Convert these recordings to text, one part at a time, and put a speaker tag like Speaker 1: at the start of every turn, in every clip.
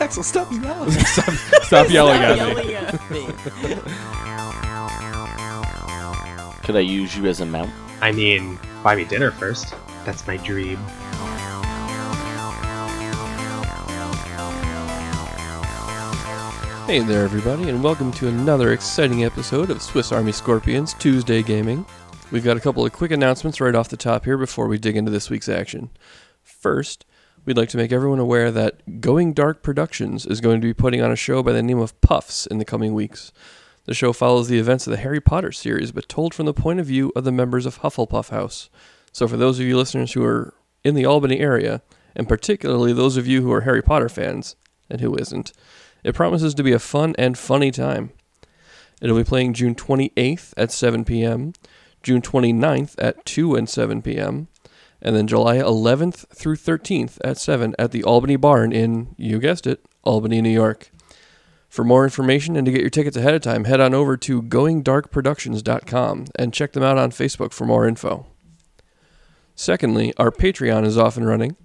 Speaker 1: Axel, stop yelling.
Speaker 2: stop, stop yelling at me.
Speaker 3: Could I use you as a mount?
Speaker 4: I mean, buy me dinner first. That's my dream.
Speaker 2: Hey there, everybody, and welcome to another exciting episode of Swiss Army Scorpions Tuesday Gaming. We've got a couple of quick announcements right off the top here before we dig into this week's action. First, we'd like to make everyone aware that Going Dark Productions is going to be putting on a show by the name of Puffs in the coming weeks. The show follows the events of the Harry Potter series, but told from the point of view of the members of Hufflepuff House. So, for those of you listeners who are in the Albany area, and particularly those of you who are Harry Potter fans, and who isn't, it promises to be a fun and funny time. It'll be playing June 28th at 7 p.m., June 29th at 2 and 7 p.m., and then July 11th through 13th at 7 at the Albany Barn in, you guessed it, Albany, New York. For more information and to get your tickets ahead of time, head on over to goingdarkproductions.com and check them out on Facebook for more info. Secondly, our Patreon is off and running.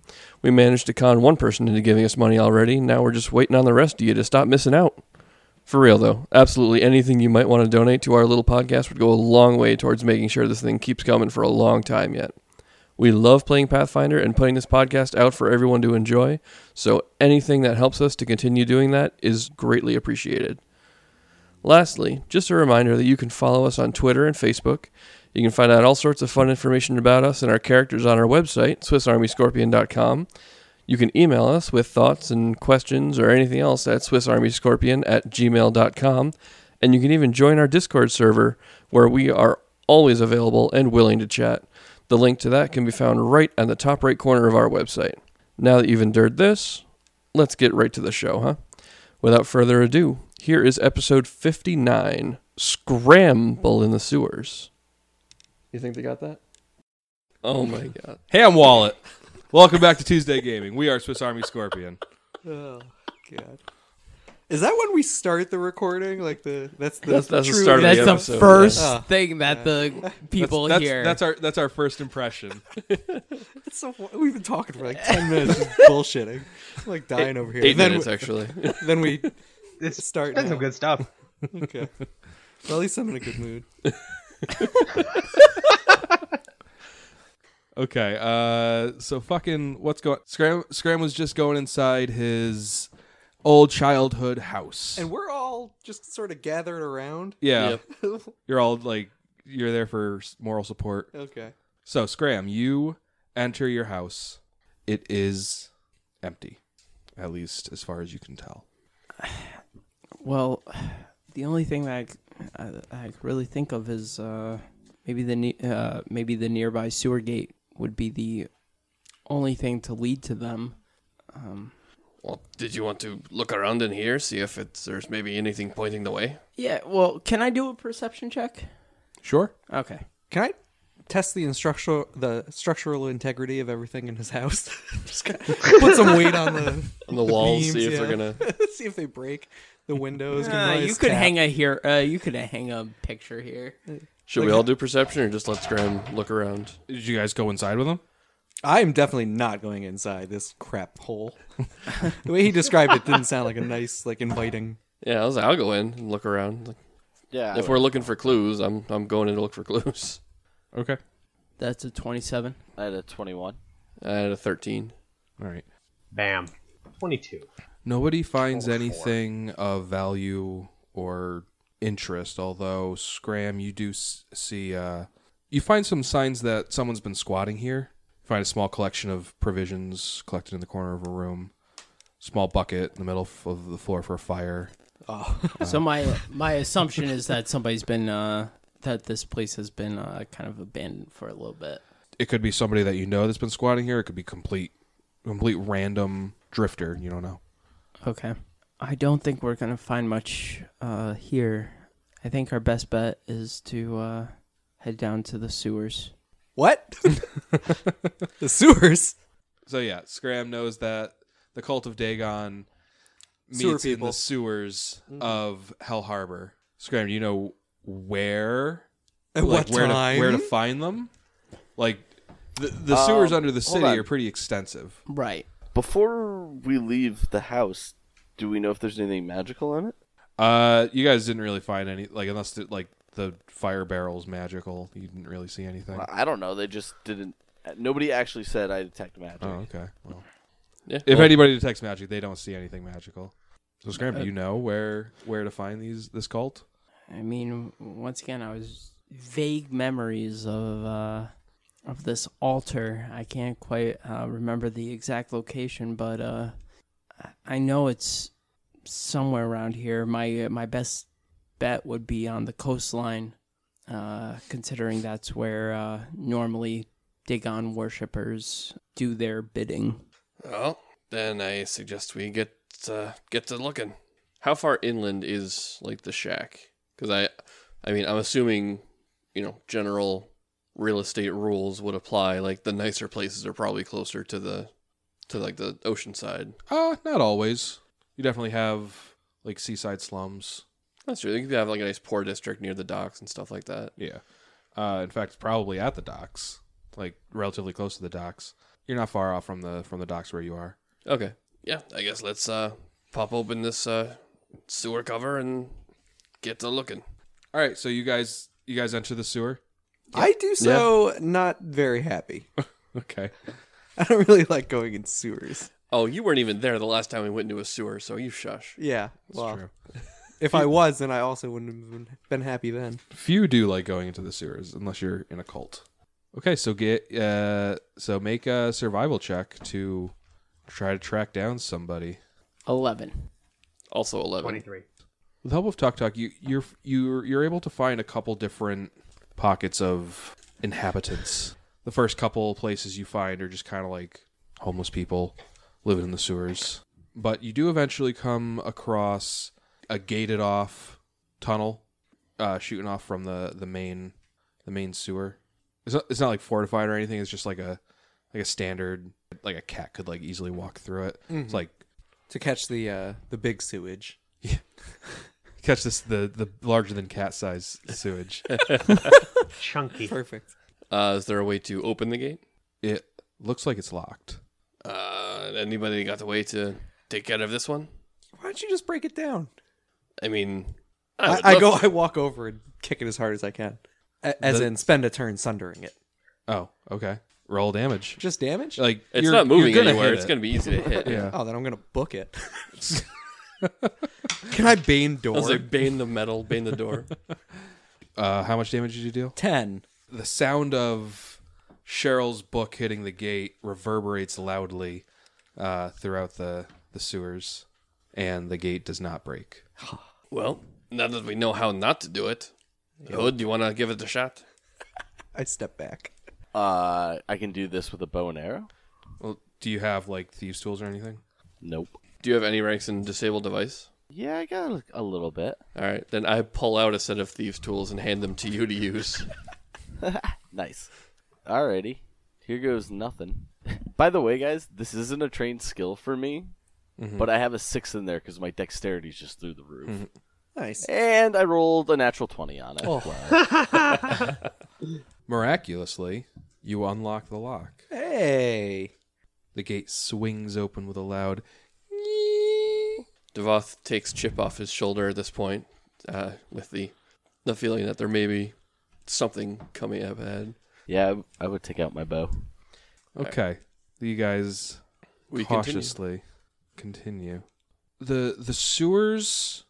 Speaker 2: We managed to con one person into giving us money already. Now we're just waiting on the rest of you to stop missing out. For real, though, absolutely anything you might want to donate to our little podcast would go a long way towards making sure this thing keeps coming for a long time yet. We love playing Pathfinder and putting this podcast out for everyone to enjoy, so anything that helps us to continue doing that is greatly appreciated. Lastly, just a reminder that you can follow us on Twitter and Facebook. You can find out all sorts of fun information about us and our characters on our website, SwissArmyScorpion.com. You can email us with thoughts and questions or anything else at SwissArmyScorpion at gmail.com. And you can even join our Discord server where we are always available and willing to chat. The link to that can be found right on the top right corner of our website. Now that you've endured this, let's get right to the show, huh? Without further ado, here is episode 59 Scramble in the Sewers. You think they got that? Oh my god.
Speaker 1: Ham wallet. Welcome back to Tuesday Gaming. We are Swiss Army Scorpion.
Speaker 5: Oh god. Is that when we start the recording? Like the that's the
Speaker 2: That's- that's the
Speaker 5: true
Speaker 2: start of
Speaker 5: intro?
Speaker 2: the
Speaker 6: That's the
Speaker 2: episode,
Speaker 6: first
Speaker 5: yeah.
Speaker 6: thing that the people
Speaker 1: that's,
Speaker 6: hear.
Speaker 1: That's our that's our first impression.
Speaker 5: It's so, we've been talking for like ten minutes, just bullshitting. I'm like dying over here.
Speaker 2: Eight
Speaker 5: then
Speaker 2: minutes
Speaker 5: we,
Speaker 2: actually.
Speaker 5: Then we
Speaker 4: It's
Speaker 5: start.
Speaker 4: been some
Speaker 5: now.
Speaker 4: good stuff.
Speaker 5: Okay. Well, at least I'm in a good mood.
Speaker 1: Okay, uh, so fucking what's going? Scram Scram was just going inside his old childhood house,
Speaker 5: And we're all just sort of gathered around.
Speaker 1: yeah,
Speaker 2: Yep.
Speaker 1: you're all like you're there for s- moral support.
Speaker 5: okay.
Speaker 1: So Scram, you enter your house. It is empty, at least as far as you can tell.
Speaker 6: well, the only thing that I, c- I- I really think of is uh, maybe the ne- uh, maybe the nearby sewer gate would be the only thing to lead to them. Um,
Speaker 2: Well, did you want to look around in here, see if it's there's maybe anything pointing the way?
Speaker 6: yeah. Well, can I do a perception check?
Speaker 1: Sure.
Speaker 6: Okay.
Speaker 5: Can I test the instructional the structural integrity of everything in his house? just kinda put some weight on the
Speaker 2: On the walls,
Speaker 5: beams,
Speaker 2: see if they're
Speaker 5: yeah.
Speaker 2: gonna.
Speaker 5: see if they break the windows.
Speaker 6: Uh, you could hang a here. Uh, you could hang a picture here.
Speaker 2: Should we all do perception or just let Scram look around?
Speaker 1: Did you guys go inside with him?
Speaker 5: I'm definitely not going inside this crap hole. the way he described it didn't sound like a nice, like inviting.
Speaker 2: Yeah, I was like, I'll go in and look around. Like,
Speaker 3: Yeah.
Speaker 2: if we're looking for clues, I'm I'm going in to look for clues.
Speaker 1: Okay.
Speaker 6: That's a twenty-seven.
Speaker 3: I had a 21.
Speaker 2: I had a thirteen.
Speaker 1: All right.
Speaker 4: Bam. 22.
Speaker 1: Nobody finds anything of value or interest, although Scram, you do s- see. Uh, you find some signs that someone's been squatting here. You find a small collection of provisions collected in the corner of a room. Small bucket in the middle f- of the floor for a fire.
Speaker 6: So my my assumption is that somebody's been uh, that this place has been uh, kind of abandoned for a little bit.
Speaker 1: It could be somebody that you know that's been squatting here. It could be complete, complete random drifter. You don't know.
Speaker 6: Okay. I don't think we're gonna find much uh, here. I think our best bet is to uh, head down to the sewers.
Speaker 5: What? the sewers.
Speaker 1: So yeah, Scram knows that the cult of Dagon meets
Speaker 5: Sewer
Speaker 1: in the
Speaker 5: people. Mm-hmm.
Speaker 1: sewers of Hell Harbor. Scram, do you know where,
Speaker 5: At
Speaker 1: like,
Speaker 5: what
Speaker 1: where
Speaker 5: time? Um,
Speaker 1: to where to find them? Like the, the sewers under the
Speaker 3: hold
Speaker 1: city
Speaker 3: on.
Speaker 1: are pretty extensive.
Speaker 6: Right.
Speaker 3: Before we leave the house, Do we know if there's anything magical in it?
Speaker 1: Uh, you guys didn't really find any like unless the, like the fire barrel's magical. You didn't really see anything.
Speaker 3: I don't know. They just didn't. Nobody actually said I detect magic.
Speaker 1: Oh, okay. Well,
Speaker 2: Yeah.
Speaker 1: if
Speaker 2: well,
Speaker 1: anybody detects magic, they don't see anything magical. So Scram,
Speaker 5: Uh,
Speaker 1: do you know where where to find these this cult?
Speaker 6: I mean, once again, I was vague memories of uh, of this altar. I can't quite uh, remember the exact location, but uh, I- I know it's somewhere around here. My my best bet would be on the coastline, uh, considering that's where uh, normally Dagon worshippers do their bidding.
Speaker 2: well, then I suggest we get uh, get to looking. How far inland is like the shack? Because I, I mean, I'm assuming, you know, general real estate rules would apply. Like the nicer places are probably closer to the, to like the ocean side.
Speaker 1: Uh, not always. You definitely have like seaside slums.
Speaker 2: That's true. They could have like a nice poor district near the docks and stuff like that.
Speaker 1: Yeah. Uh, in fact, probably at the docks, like relatively close to the docks. You're not far off from the from the docks where you are.
Speaker 2: Okay. Yeah, I guess let's uh pop open this uh sewer cover and get to looking.
Speaker 1: All right, so you guys you guys enter the sewer.
Speaker 5: I do so not very happy.
Speaker 1: Okay.
Speaker 5: I don't really like going in sewers.
Speaker 2: Oh, you weren't even there the last time we went into a sewer, so you shush.
Speaker 5: Yeah, well,
Speaker 1: true.
Speaker 5: if I was, then I also wouldn't have been- been happy then.
Speaker 1: Few do like going into the sewers unless you're in a cult. Okay, so get uh so make a survival check to try to track down somebody.
Speaker 6: Eleven.
Speaker 2: Also eleven.
Speaker 4: 23.
Speaker 1: With the help of Tuk Tuk, you you're you're you're able to find a couple different pockets of inhabitants. The first couple places you find are just kind of like homeless people living in the sewers, but you do eventually come across a gated off tunnel uh, shooting off from the the main the main sewer. It's not it's not like fortified or anything. It's just like a like a standard like a cat could like easily walk through it. It's like
Speaker 5: To catch the uh, the big sewage.
Speaker 1: catch this the the larger than cat size sewage.
Speaker 4: Chunky.
Speaker 5: Perfect.
Speaker 2: Uh is there a way to open the gate?
Speaker 1: It looks like it's locked.
Speaker 2: Uh anybody got the way to take care of this one?
Speaker 5: Why don't you just break it down?
Speaker 2: I mean
Speaker 5: I,
Speaker 2: would
Speaker 5: I
Speaker 2: love-
Speaker 5: go. I walk over and kick it as hard as I can, A- as
Speaker 1: The-
Speaker 5: in spend a turn sundering it.
Speaker 1: Oh, okay. Roll damage.
Speaker 5: Just damage.
Speaker 1: Like
Speaker 2: It's
Speaker 1: you're-
Speaker 2: not
Speaker 1: you're
Speaker 2: moving
Speaker 1: gonna
Speaker 2: anywhere.
Speaker 1: hit
Speaker 2: It's
Speaker 1: it.
Speaker 2: gonna be easy to hit.
Speaker 1: Oh, Yeah.
Speaker 5: Oh, then I'm gonna book it. Can I bane door?
Speaker 2: I was like bane the metal, bane the door.
Speaker 1: Uh, how much damage did you deal?
Speaker 5: Ten.
Speaker 1: The sound of Cheryl's book hitting the gate reverberates loudly uh, throughout the the sewers, and the gate does not break.
Speaker 2: well, now that we know how not to do it, Hood, do you wanna give it a shot?
Speaker 5: I step back.
Speaker 3: Uh, I can do this with a bow and arrow.
Speaker 1: Well, do you have like thieves' tools or anything?
Speaker 3: Nope.
Speaker 2: Do you have any ranks in disabled device?
Speaker 3: Yeah, I got a, a little bit.
Speaker 2: All right, then I pull out a set of thieves' tools and hand them to you to use.
Speaker 3: Nice. Alrighty. Here goes nothing. By the way, guys, this isn't a trained skill for me,
Speaker 1: Mm-hmm.
Speaker 3: but I have a six in there because my dexterity's just through the roof.
Speaker 5: Nice.
Speaker 3: And I rolled a natural 20 on it.
Speaker 1: Oh.
Speaker 3: Wow.
Speaker 1: Miraculously, you unlock the lock.
Speaker 5: Hey.
Speaker 1: The gate swings open with a loud.
Speaker 2: Devoth takes Chip off his shoulder at this point, uh, with the the feeling that there may be something coming up ahead.
Speaker 3: yeah, I I would take out my bow.
Speaker 1: Okay, you guys
Speaker 2: We
Speaker 1: cautiously continue. The the sewers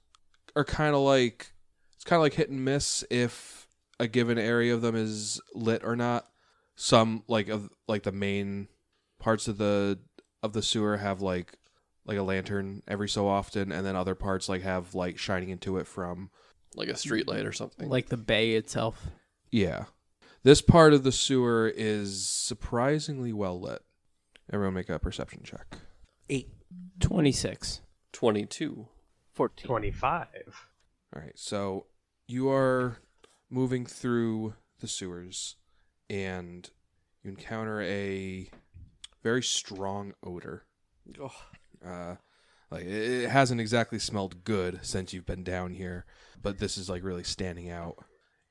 Speaker 1: are kind of like it's kind of like hit and miss if a given area of them is lit or not. Some like of like the main parts of the of the sewer have like like a lantern every so often and then other parts like have light shining into it from
Speaker 2: continue, like a street light or something.
Speaker 6: Like the bay itself.
Speaker 1: yeah. This part of the sewer is surprisingly well lit. Everyone make a perception check.
Speaker 5: Eight.
Speaker 6: Twenty six.
Speaker 2: twenty two.
Speaker 3: 14.
Speaker 4: 25.
Speaker 1: All right, so you are moving through the sewers, and you encounter a very strong odor.
Speaker 5: Ugh.
Speaker 1: Uh, like it it hasn't exactly smelled good since you've been down here, but this is like really standing out.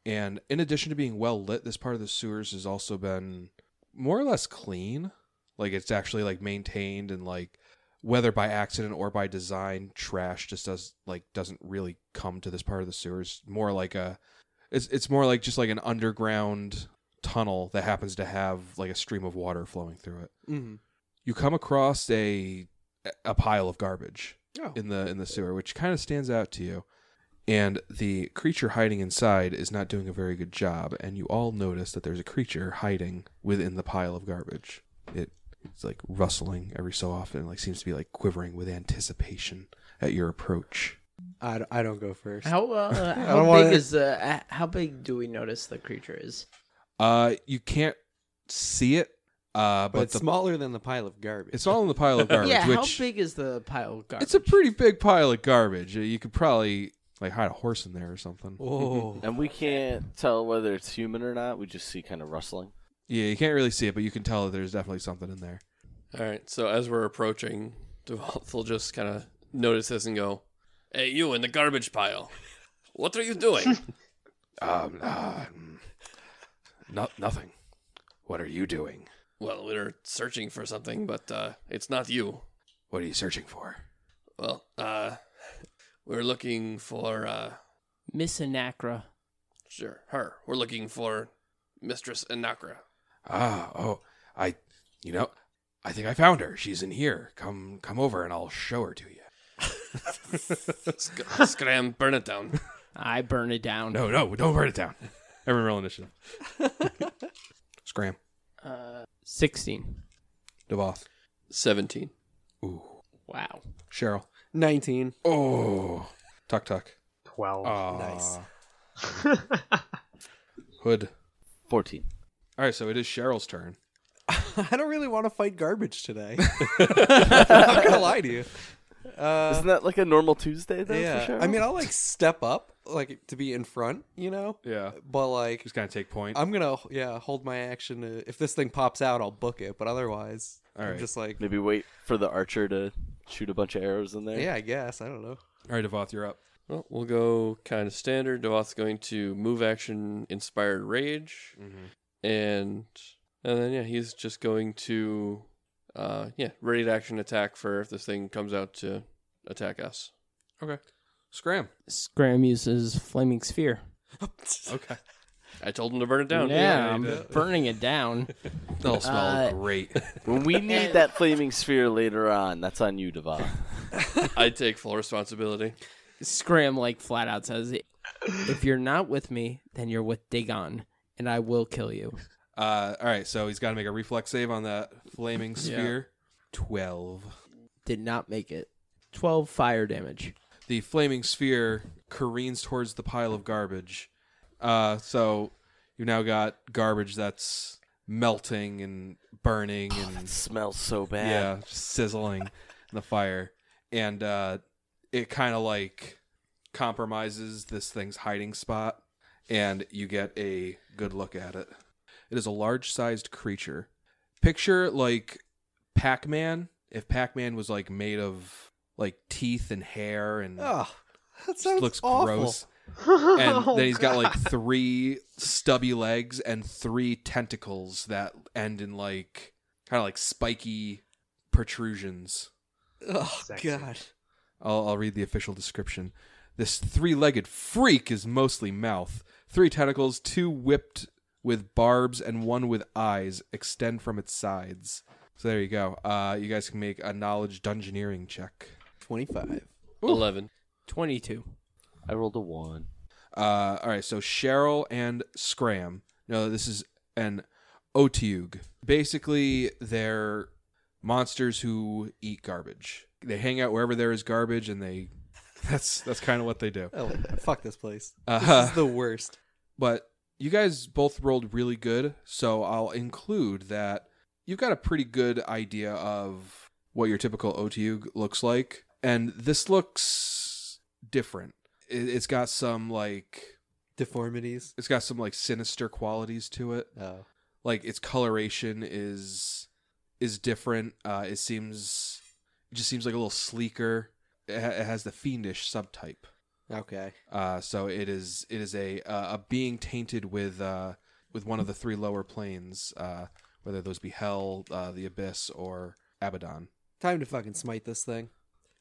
Speaker 1: And in addition to being well lit, this part of the sewers has also been more or less clean. Like it's actually like maintained and like whether by accident or by design, trash just does like doesn't really come to this part of the sewers. More like a, it's it's more like just like an underground tunnel that happens to have like a stream of water flowing through it.
Speaker 5: Mm-hmm.
Speaker 1: You come across a a pile of garbage
Speaker 5: Oh.
Speaker 1: in the in the sewer, which kind of stands out to you. And the creature hiding inside is not doing a very good job, and you all notice that there's a creature hiding within the pile of garbage. It it's like rustling every so often, like seems to be like quivering with anticipation at your approach.
Speaker 5: I, d- I don't go first.
Speaker 7: How uh, how
Speaker 5: don't
Speaker 7: big
Speaker 5: wanna-
Speaker 7: is the? Uh, how big do we notice the creature is?
Speaker 1: Uh, you can't see it, uh,
Speaker 5: but
Speaker 1: but
Speaker 5: it's
Speaker 1: the,
Speaker 5: smaller than the pile of garbage.
Speaker 1: it's all in the pile of garbage.
Speaker 7: yeah,
Speaker 1: which,
Speaker 7: how big is the pile of garbage?
Speaker 1: It's a pretty big pile of garbage. Uh, You could probably like hide a horse in there or something.
Speaker 5: Whoa.
Speaker 3: And we can't tell whether it's human or not. We just see kind of rustling.
Speaker 1: Yeah, you can't really see it, but you can tell that there's definitely something in there.
Speaker 2: All right. So as we're approaching, Devalth will just kind of notice this and go, "Hey, you in the garbage pile? What are you doing?"
Speaker 1: Um, uh, mm. no, nothing. What are you doing?
Speaker 2: well, we're searching for something, but uh, it's not you.
Speaker 1: What are you searching for?
Speaker 2: Well, uh, we're looking for uh,
Speaker 6: Miss Anacra.
Speaker 2: sure her. We're looking for Mistress Anakra.
Speaker 1: Ah, oh, I, you know, I think I found her. She's in here. Come, come over, and I'll show her to you.
Speaker 2: Sc- scram, burn it down.
Speaker 6: I burn it down.
Speaker 1: No, no, don't burn it down. Everyone roll initiative. Scram,
Speaker 7: uh,
Speaker 6: 16.
Speaker 1: Devoth,
Speaker 2: Seventeen.
Speaker 1: ooh,
Speaker 7: wow.
Speaker 1: Cheryl,
Speaker 5: 19.
Speaker 1: oh, Tuck Tuck,
Speaker 4: 12.
Speaker 1: oh,
Speaker 5: Nice.
Speaker 1: Hood.
Speaker 3: 14.
Speaker 1: All right, so it is Cheryl's turn.
Speaker 5: I don't really want to fight garbage today. I'm not gonna lie to you. Uh,
Speaker 3: Isn't that like a normal Tuesday, though?
Speaker 5: yeah,
Speaker 3: For Cheryl?
Speaker 5: I mean, I'll like step up, like to be in front, you know.
Speaker 1: Yeah,
Speaker 5: But like,
Speaker 1: just kind of take point.
Speaker 5: I'm gonna yeah hold my action. To, if this thing pops out, I'll book it. But otherwise,
Speaker 1: All
Speaker 5: I'm
Speaker 1: right.
Speaker 5: just like,
Speaker 3: Maybe wait for the archer to shoot a bunch of arrows in there.
Speaker 5: yeah, I guess I don't know.
Speaker 1: All right, Devoth, you're up.
Speaker 2: Well, we'll go kind of standard. Devoth's going to move action, inspired rage, and and then yeah, he's just going to uh yeah, ready to action attack for if this thing comes out to attack us.
Speaker 1: Okay, Scram.
Speaker 6: Scram uses Flaming Sphere.
Speaker 1: Okay,
Speaker 2: I told him to burn it down.
Speaker 6: yeah, Um,
Speaker 1: you
Speaker 6: I'm
Speaker 1: did.
Speaker 6: burning it down.
Speaker 1: that'll smell
Speaker 6: Uh,
Speaker 1: great.
Speaker 3: When we need that flaming sphere later on, that's on you, Devon.
Speaker 2: I take full responsibility.
Speaker 6: Scram, like, flat out says, If you're not with me, then you're with Dagon, and I will kill you.
Speaker 1: Uh, all right, so he's got to make a reflex save on that flaming sphere. Twelve.
Speaker 6: Did not make it. 12 fire damage.
Speaker 1: The flaming sphere careens towards the pile of garbage. Uh, so you've now got garbage that's melting and burning
Speaker 3: That
Speaker 1: and
Speaker 3: smells so bad.
Speaker 1: yeah, just sizzling in the fire, and uh, it kind of like compromises this thing's hiding spot, and you get a good look at it. It is a large-sized creature. Picture like Pac-Man. If Pac-Man was like made of like teeth and hair and
Speaker 5: Oh, that
Speaker 1: Mm. just
Speaker 5: sounds
Speaker 1: looks
Speaker 5: awful. Oh,
Speaker 1: gross. And then he's got like three stubby legs and three tentacles that end in like kind of like spiky protrusions.
Speaker 5: Oh
Speaker 4: Sexy.
Speaker 5: god.
Speaker 1: I'll, I'll read the official description. This three legged freak is mostly mouth. Three tentacles, two whipped with barbs, and one with eyes, extend from its sides. So there you go. Uh, you guys can make a knowledge dungeoneering check.
Speaker 5: 25.
Speaker 2: Eleven.
Speaker 6: 22.
Speaker 3: I rolled a one.
Speaker 1: Uh, all right, so Cheryl and Scram. No, this is an Otug. Basically, they're monsters who eat garbage. They hang out wherever there is garbage, and they. That's that's kind of what they do.
Speaker 5: I like that. Oh, Fuck this place. This
Speaker 1: Uh,
Speaker 5: is the worst.
Speaker 1: but you guys both rolled really good, so I'll include that you've got a pretty good idea of what your typical OTU looks like, and this looks different. It, it's got some like
Speaker 5: Deformities.
Speaker 1: it's got some like sinister qualities to it.
Speaker 5: Oh.
Speaker 1: Like its coloration is is different. Uh, it seems it just seems like a little sleeker. It, ha- it has the fiendish subtype.
Speaker 5: Okay.
Speaker 1: Uh, so it is it is a uh, a being tainted with uh, with one of the three lower planes, uh, whether those be hell, uh, the abyss, or Abaddon.
Speaker 5: Time to fucking smite this thing.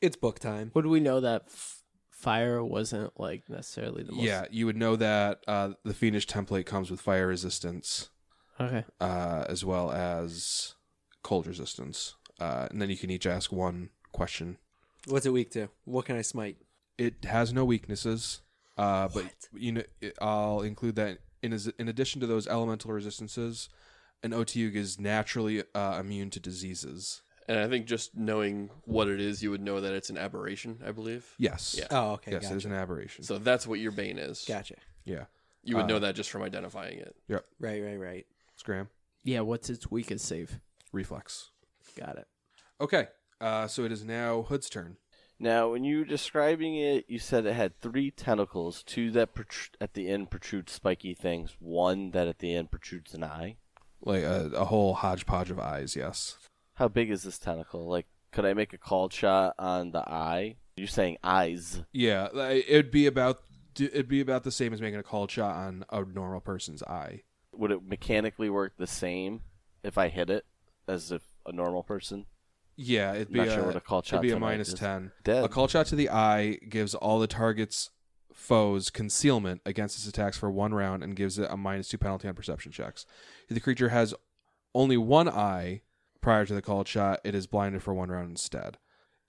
Speaker 5: It's book time.
Speaker 7: Would we know that f- fire wasn't like necessarily the most?
Speaker 1: Yeah, you would know that uh, the Fiendish template comes with fire resistance
Speaker 7: Okay.
Speaker 1: uh, as well as cold resistance. Uh, and then you can each ask one question.
Speaker 5: What's it weak to? What can I smite?
Speaker 1: It has no weaknesses, uh, but you know it, I'll include that in as, in addition to those elemental resistances, an Otiug is naturally uh, immune to diseases.
Speaker 2: And I think just knowing what it is, you would know that it's an aberration, I believe.
Speaker 1: Yes. Uh,
Speaker 2: Yeah.
Speaker 5: Oh, okay.
Speaker 1: yes,
Speaker 5: gotcha.
Speaker 1: there's an aberration.
Speaker 2: So that's what your bane is.
Speaker 5: gotcha.
Speaker 1: yeah.
Speaker 2: You would know that just from identifying it.
Speaker 5: Right, right, right.
Speaker 1: Scram.
Speaker 6: Yeah, what's its weakest save?
Speaker 1: Reflex.
Speaker 6: Got it.
Speaker 1: Okay. Uh, so it is now Hood's turn.
Speaker 3: Now, when you were describing it, you said it had three tentacles, two that protr- at the end protrude spiky things, one that at the end protrudes an eye.
Speaker 1: Like a, a whole hodgepodge of eyes, yes.
Speaker 3: How big is this tentacle? Like, could I make a call shot on the eye? You're saying eyes.
Speaker 1: Yeah, like, it'd be about it'd be about the same as making a cold shot on a normal person's eye.
Speaker 3: Would it mechanically work the same if I hit it as if a normal person?
Speaker 1: Yeah, it'd be
Speaker 3: Not
Speaker 1: a,
Speaker 3: sure what a call
Speaker 1: it'd
Speaker 3: shot
Speaker 1: be a
Speaker 3: tonight
Speaker 1: minus
Speaker 3: is.
Speaker 1: ten.
Speaker 3: Dead.
Speaker 1: A call shot to the eye gives all the target's foes concealment against its attacks for one round and gives it a minus two penalty on perception checks. If the creature has only one eye prior to the called shot, it is blinded for one round instead.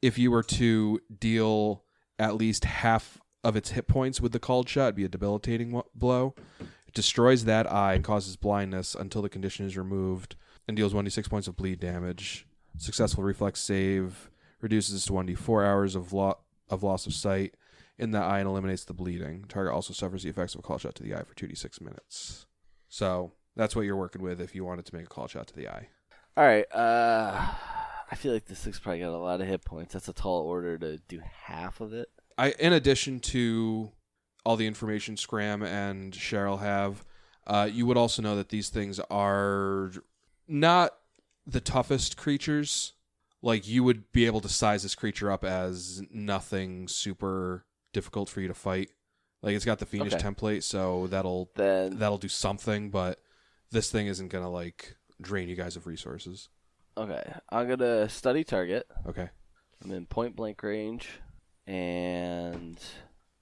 Speaker 1: If you were to deal at least half of its hit points with the called shot, it'd be a debilitating wo- blow. It destroys that eye and causes blindness until the condition is removed and deals 1d6 points of bleed damage. Successful reflex save reduces to 1d4 hours of, lo- of loss of sight in the eye and eliminates the bleeding. Target also suffers the effects of a call shot to the eye for 2d6 minutes. So that's what you're working with if you wanted to make a call shot to the eye.
Speaker 3: All right. Uh, I feel like this thing's probably got a lot of hit points. That's a tall order to do half of it.
Speaker 1: I, in addition to all the information Scram and Cheryl have, uh, you would also know that these things are not the toughest creatures. Like you would be able to size this creature up as nothing super difficult for you to fight. Like it's got the fiendish
Speaker 3: Okay.
Speaker 1: template, so that'll
Speaker 3: Then
Speaker 1: that'll do something. But this thing isn't gonna like drain you guys of resources.
Speaker 3: okay, I'm gonna study target.
Speaker 1: Okay.
Speaker 3: I'm in point blank range, and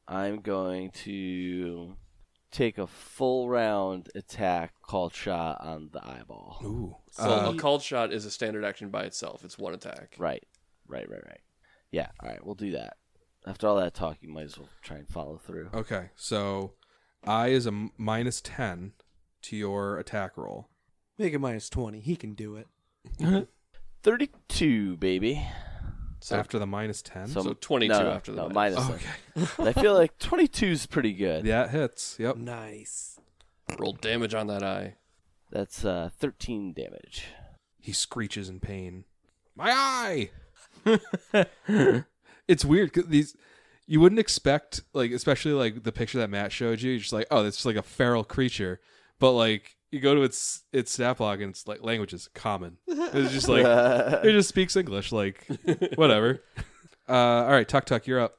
Speaker 3: I'm going to take a full round attack called shot on the eyeball.
Speaker 1: Ooh.
Speaker 2: So
Speaker 1: Uh,
Speaker 2: a called shot is a standard action by itself. It's one attack.
Speaker 3: Right, right, right, right. Yeah. All right, we'll do that. After all that talk, you might as well try and follow through.
Speaker 1: Okay, so I is a m- minus ten to your attack roll.
Speaker 5: Make it minus twenty. He can do it.
Speaker 3: Thirty-two, baby.
Speaker 2: So
Speaker 1: after the minus ten,
Speaker 2: So 22
Speaker 3: no, no,
Speaker 2: after the
Speaker 3: no,
Speaker 2: minus.
Speaker 3: minus.
Speaker 1: okay,
Speaker 3: I feel like 22 is pretty good.
Speaker 1: that hits. Yep.
Speaker 5: Nice.
Speaker 2: roll damage on that eye.
Speaker 3: That's uh, 13 damage.
Speaker 1: He screeches in pain. My eye. it's weird 'cause these you wouldn't expect like especially like the picture that Matt showed you. You're just like, oh, that's just like a feral creature, but like you go to its its snap log and it's like language is common. It's just like it just speaks English. Like whatever. Uh, all right, Tuck Tuck, you're up.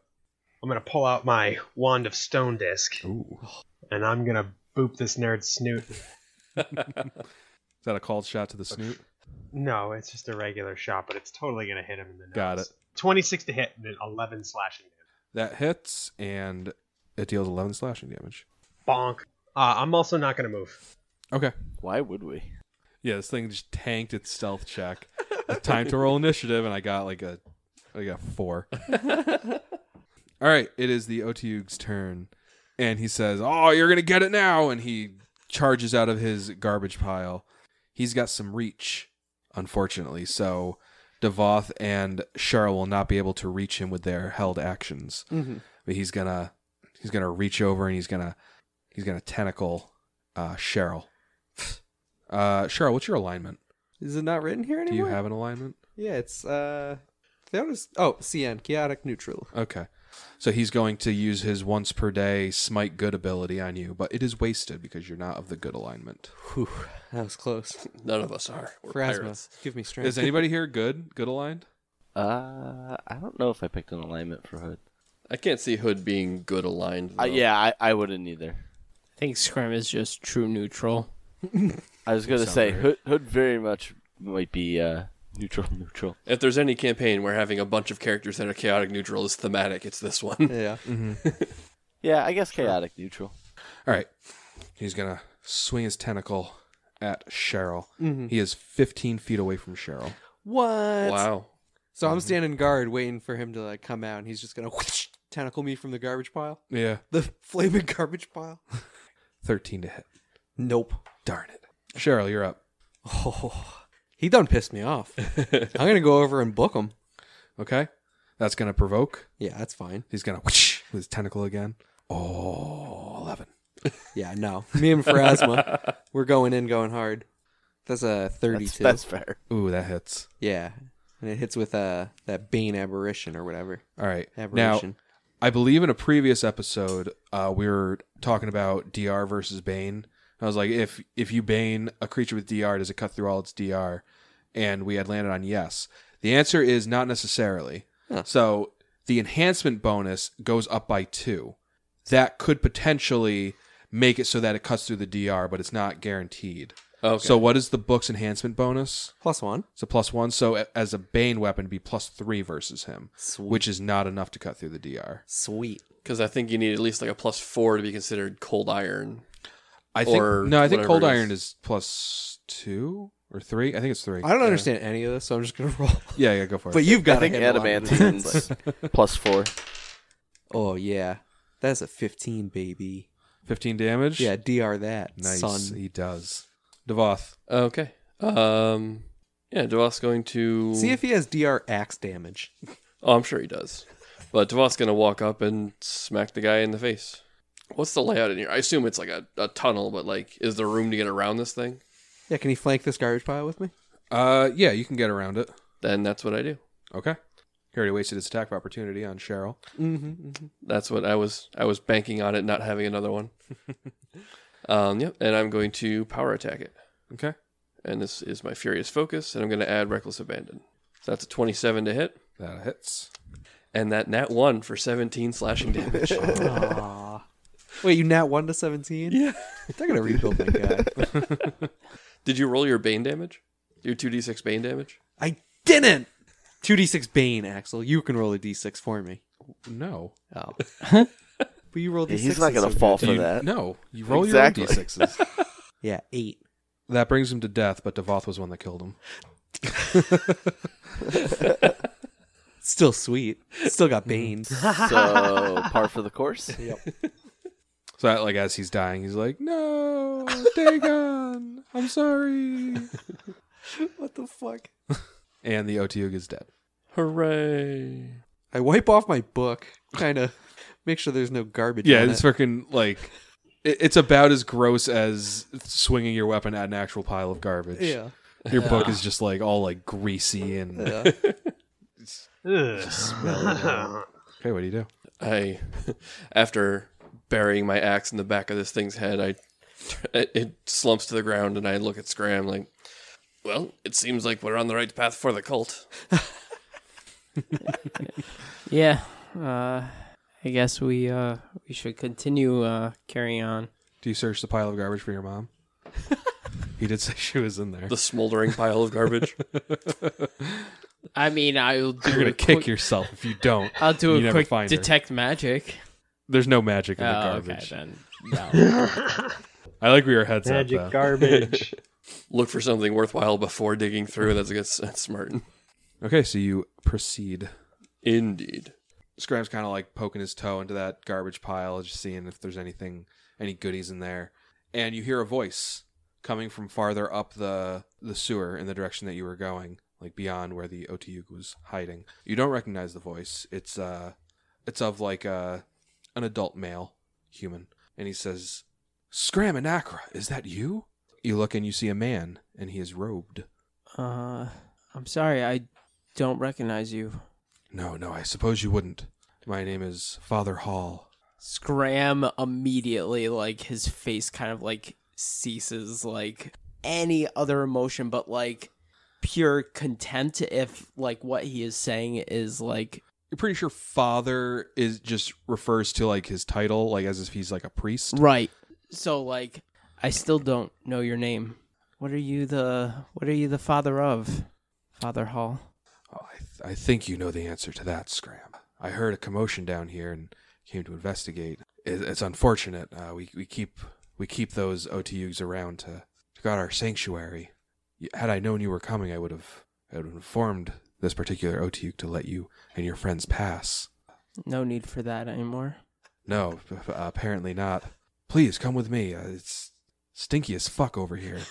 Speaker 4: I'm gonna pull out my wand of stone disc,
Speaker 1: Ooh.
Speaker 4: and I'm gonna boop this nerd's snoot.
Speaker 1: Is that a called shot to the snoot?
Speaker 4: No, it's just a regular shot, but it's totally gonna hit him in the nose.
Speaker 1: Got it.
Speaker 4: 26 to hit, and then 11 slashing damage.
Speaker 1: That hits, and it deals 11 slashing damage.
Speaker 4: Bonk. Uh, I'm also not gonna move.
Speaker 1: Okay.
Speaker 3: Why would we?
Speaker 1: Yeah, this thing just tanked its stealth check. It's time to roll initiative, and I got like a, I got four. All right, it is the Otiug's turn, and he says, "Oh, you're gonna get it now!" And he charges out of his garbage pile. He's got some reach, unfortunately, so Devoth and Shara will not be able to reach him with their held actions. But he's gonna, he's gonna reach over and he's gonna, he's gonna tentacle uh, Cheryl. Uh, Cheryl, what's your alignment?
Speaker 5: Is it not written here
Speaker 1: Do
Speaker 5: anymore?
Speaker 1: you have an alignment?
Speaker 5: Yeah, it's uh. Theodos- Oh, CN, chaotic neutral.
Speaker 1: Okay. So he's going to use his once per day smite good ability on you, but it is wasted because you're not of the good alignment.
Speaker 5: Whew, that was close.
Speaker 2: None of us are. We're pirates.
Speaker 5: Phrasma, give me strength.
Speaker 1: Is anybody here good? Good aligned?
Speaker 3: Uh, I don't know if I picked an alignment for Hood.
Speaker 2: I can't see Hood being good aligned.
Speaker 3: Uh,
Speaker 2: though.
Speaker 3: yeah, I, I wouldn't either.
Speaker 6: I think Scrim is just true neutral.
Speaker 3: I was going to say, Hood, Hood very much might be uh, Neutral, neutral.
Speaker 2: If there's any campaign where having a bunch of characters that are chaotic neutral is thematic, it's this one.
Speaker 5: Yeah.
Speaker 3: Yeah, I guess chaotic neutral.
Speaker 1: All right. He's going to swing his tentacle at Cheryl. He is 15 feet away from Cheryl.
Speaker 5: What?
Speaker 2: wow.
Speaker 5: So I'm standing guard waiting for him to like come out and he's just gonna whoosh, tentacle me from the garbage pile.
Speaker 1: Yeah.
Speaker 5: The flaming garbage pile.
Speaker 1: 13 to hit.
Speaker 5: Nope.
Speaker 1: Darn it. Cheryl, you're up.
Speaker 5: Oh, he done pissed me off. I'm gonna go over and book him.
Speaker 1: Okay. That's going to provoke.
Speaker 5: Yeah, that's fine.
Speaker 1: He's going to whoosh with his tentacle again. Oh, 11.
Speaker 5: Yeah, no. Me and Phrasma, we're going in, going hard. That's a
Speaker 3: That's,
Speaker 5: thirty-two.
Speaker 3: that's fair.
Speaker 1: Ooh, that hits.
Speaker 5: Yeah, and it hits with uh that Bane aberration or whatever
Speaker 1: All right.
Speaker 5: aberration.
Speaker 1: Now, I believe in a previous episode, uh, we were talking about DR versus Bane. I was like, if if you Bane a creature with DR, does it cut through all its DR? And we had landed on yes. The answer is not necessarily.
Speaker 5: Huh.
Speaker 1: So the enhancement bonus goes up by two. That could potentially make it so that it cuts through the DR, but it's not guaranteed.
Speaker 2: Okay.
Speaker 1: So what is the book's enhancement bonus?
Speaker 5: Plus one.
Speaker 1: It's a plus one. So a- as a Bane weapon, it'd be plus three versus him,
Speaker 5: Sweet.
Speaker 1: which is not enough to cut through the DR.
Speaker 5: Sweet.
Speaker 2: because I think you need at least like a plus four to be considered cold iron.
Speaker 1: I think
Speaker 2: or
Speaker 1: no, I think
Speaker 2: whatever
Speaker 1: cold
Speaker 2: it
Speaker 1: iron
Speaker 2: is.
Speaker 1: is plus two or three. I think it's three.
Speaker 5: I don't understand any of this, so I'm just gonna roll.
Speaker 1: Yeah, yeah, go for it.
Speaker 5: But you've got
Speaker 3: I think
Speaker 5: a handle on it.
Speaker 3: adamantium's plus four.
Speaker 5: Oh yeah, that's a fifteen, baby.
Speaker 1: Fifteen damage.
Speaker 5: Yeah, dr that
Speaker 1: nice.
Speaker 5: son.
Speaker 1: He does. Devoth.
Speaker 2: Okay. Um. Yeah, Devos going to.
Speaker 5: See if he has dr axe damage.
Speaker 2: oh, I'm sure he does. But Devos going to walk up and smack the guy in the face. What's the layout in here? I assume it's like a, a tunnel, but like, is there room to get around this thing?
Speaker 5: Yeah, can he flank this garbage pile with me?
Speaker 1: Uh, yeah, you can get around it.
Speaker 2: Then that's what I do.
Speaker 1: Okay. He already wasted his attack of opportunity on Cheryl.
Speaker 5: Mm-hmm,
Speaker 2: That's what I was. I was banking on it not having another one. um. Yep. And I'm going to power attack it.
Speaker 1: Okay.
Speaker 2: And this is my furious focus, and I'm going to add reckless abandon. So that's a 27 to hit.
Speaker 1: That hits.
Speaker 2: and that nat one for 17 slashing damage.
Speaker 3: Oh.
Speaker 5: Wait, you nat one to seventeen? Yeah, they're gonna rebuild my guy.
Speaker 2: Did you roll your bane damage? Your 2d6 bane damage?
Speaker 5: I didn't. Two d six bane, Axel. You can roll a d six for me.
Speaker 1: No.
Speaker 5: Oh, but you rolled.
Speaker 3: Yeah,
Speaker 5: D6s,
Speaker 3: he's not gonna
Speaker 5: so
Speaker 3: fall
Speaker 5: good.
Speaker 3: for
Speaker 1: You-
Speaker 3: that.
Speaker 1: No. You roll
Speaker 3: Exactly.
Speaker 1: your own d6s.
Speaker 5: Yeah, eight.
Speaker 1: that brings him to death, but Devoth was one that killed him.
Speaker 5: Still sweet. Still got bane.
Speaker 3: So par for the course.
Speaker 1: So that, like as he's dying, he's like, "No, Dagon, I'm sorry."
Speaker 5: what the fuck?
Speaker 1: And the Otiug is dead.
Speaker 2: Hooray.
Speaker 5: I wipe off my book, kind of make sure there's no garbage.
Speaker 1: Yeah,
Speaker 5: on
Speaker 1: it's
Speaker 5: it.
Speaker 1: freaking like it- it's about as gross as swinging your weapon at an actual pile of garbage.
Speaker 5: yeah.
Speaker 1: Your book is just like all like greasy and okay. What do you do?
Speaker 2: I, after burying my axe in the back of this thing's head, I, it- it slumps to the ground, and I look at Scram like, well, it seems like we're on the right path for the cult.
Speaker 7: Yeah. Uh, I guess we uh, we should continue uh, carrying on.
Speaker 1: Do you search the pile of garbage for your mom? he did say she was in there.
Speaker 2: The smoldering pile of garbage.
Speaker 7: I mean, I'll do.
Speaker 1: You're gonna
Speaker 7: a
Speaker 1: kick
Speaker 7: quick-
Speaker 1: yourself if you don't.
Speaker 7: I'll do
Speaker 1: you
Speaker 7: a
Speaker 1: never
Speaker 7: quick
Speaker 1: find her.
Speaker 7: detect magic.
Speaker 1: There's no magic in the
Speaker 7: Oh, okay
Speaker 1: garbage.
Speaker 7: then. No.
Speaker 1: I like where your head's
Speaker 4: Magic
Speaker 1: at. Though.
Speaker 4: garbage.
Speaker 2: Look for something worthwhile before digging through. That's against that's smart.
Speaker 1: okay, so you proceed.
Speaker 2: Indeed.
Speaker 1: Scram's kind of like poking his toe into that garbage pile, just seeing if there's anything, any goodies in there. And you hear a voice coming from farther up the the sewer in the direction that you were going, like beyond where the Otiyuk was hiding. You don't recognize the voice. It's uh, it's of like uh, an adult male human, and he says, "Scram and Akra, is that you?" You look and you see a man, and he is robed.
Speaker 6: Uh, I'm sorry, I don't recognize you.
Speaker 1: No, no, I suppose you wouldn't. My name is Father Hall.
Speaker 7: Scram immediately, like his face kind of like ceases like any other emotion but like pure contempt if like what he is saying is like
Speaker 1: you're pretty sure father is just refers to like his title like as if he's like a priest
Speaker 7: right. So like I still don't know your name. What are you the what are you the father of?
Speaker 6: Father Hall.
Speaker 1: Oh, I, th- I think you know the answer to that, Scram. I heard a commotion down here and came to investigate. It, it's unfortunate. Uh, we we keep we keep those OTUs around to, to guard our sanctuary. Y- Had I known you were coming, I would have I would have informed this particular OTU to let you and your friends pass.
Speaker 6: No need for that anymore.
Speaker 1: No, p- p- apparently not. Please come with me. Uh, it's stinky as fuck over here.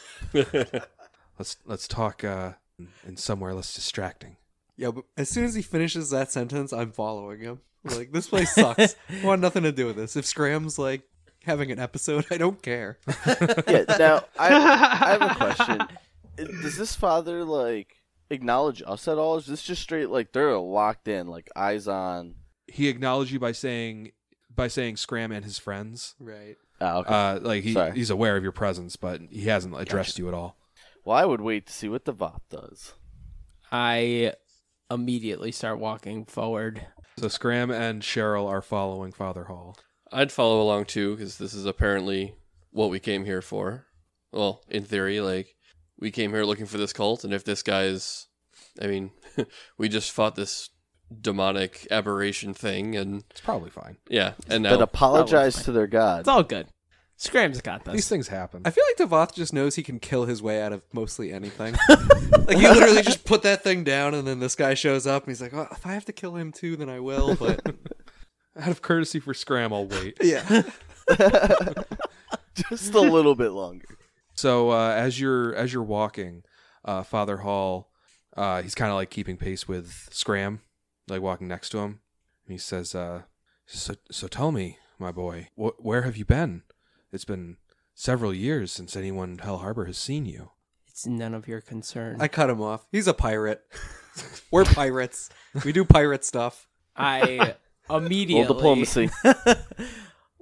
Speaker 1: let's let's talk uh, in somewhere less distracting.
Speaker 5: Yeah, but as soon as he finishes that sentence, I'm following him. Like this place sucks. I want nothing to do with this. If Scram's like having an episode, I don't care.
Speaker 3: yeah. Now I, I have a question. Does this father like acknowledge us at all? Is this just straight like they're locked in, like eyes on?
Speaker 1: He acknowledged you by saying by saying Scram and his friends.
Speaker 5: Right.
Speaker 3: Oh, okay.
Speaker 1: Uh, like he,
Speaker 3: Sorry.
Speaker 1: he's aware of your presence, but he hasn't addressed you at all.
Speaker 3: well, I would wait to see what the Vop does.
Speaker 6: I immediately start walking forward.
Speaker 1: So Scram and Cheryl are following Father Hall.
Speaker 2: I'd follow along too, because this is apparently what we came here for. Well, in theory, like we came here looking for this cult, and if this guy's, I mean, we just fought this demonic aberration thing, and
Speaker 1: It's probably fine.
Speaker 2: yeah, and
Speaker 3: But
Speaker 2: now
Speaker 3: apologize to their god.
Speaker 6: It's all good. Scram's got
Speaker 1: These
Speaker 6: this.
Speaker 1: things happen.
Speaker 5: I feel like Devoth just knows he can kill his way out of mostly anything. like he literally just put that thing down, and then this guy shows up, and he's like, "Oh, if I have to kill him too, then I will." But
Speaker 1: Out of courtesy for Scram, I'll wait.
Speaker 5: yeah,
Speaker 3: Just a little bit longer.
Speaker 1: So uh, as you're as you're walking, uh, Father Hall, uh, he's kind of like keeping pace with Scram, like walking next to him. And he says, uh, "So so tell me, my boy, wh- where have you been? It's been several years since anyone in Hell Harbor has seen you."
Speaker 6: It's none of your concern.
Speaker 5: I cut him off. He's a pirate. We're pirates. We do pirate stuff.
Speaker 6: I immediately
Speaker 3: Roll diplomacy.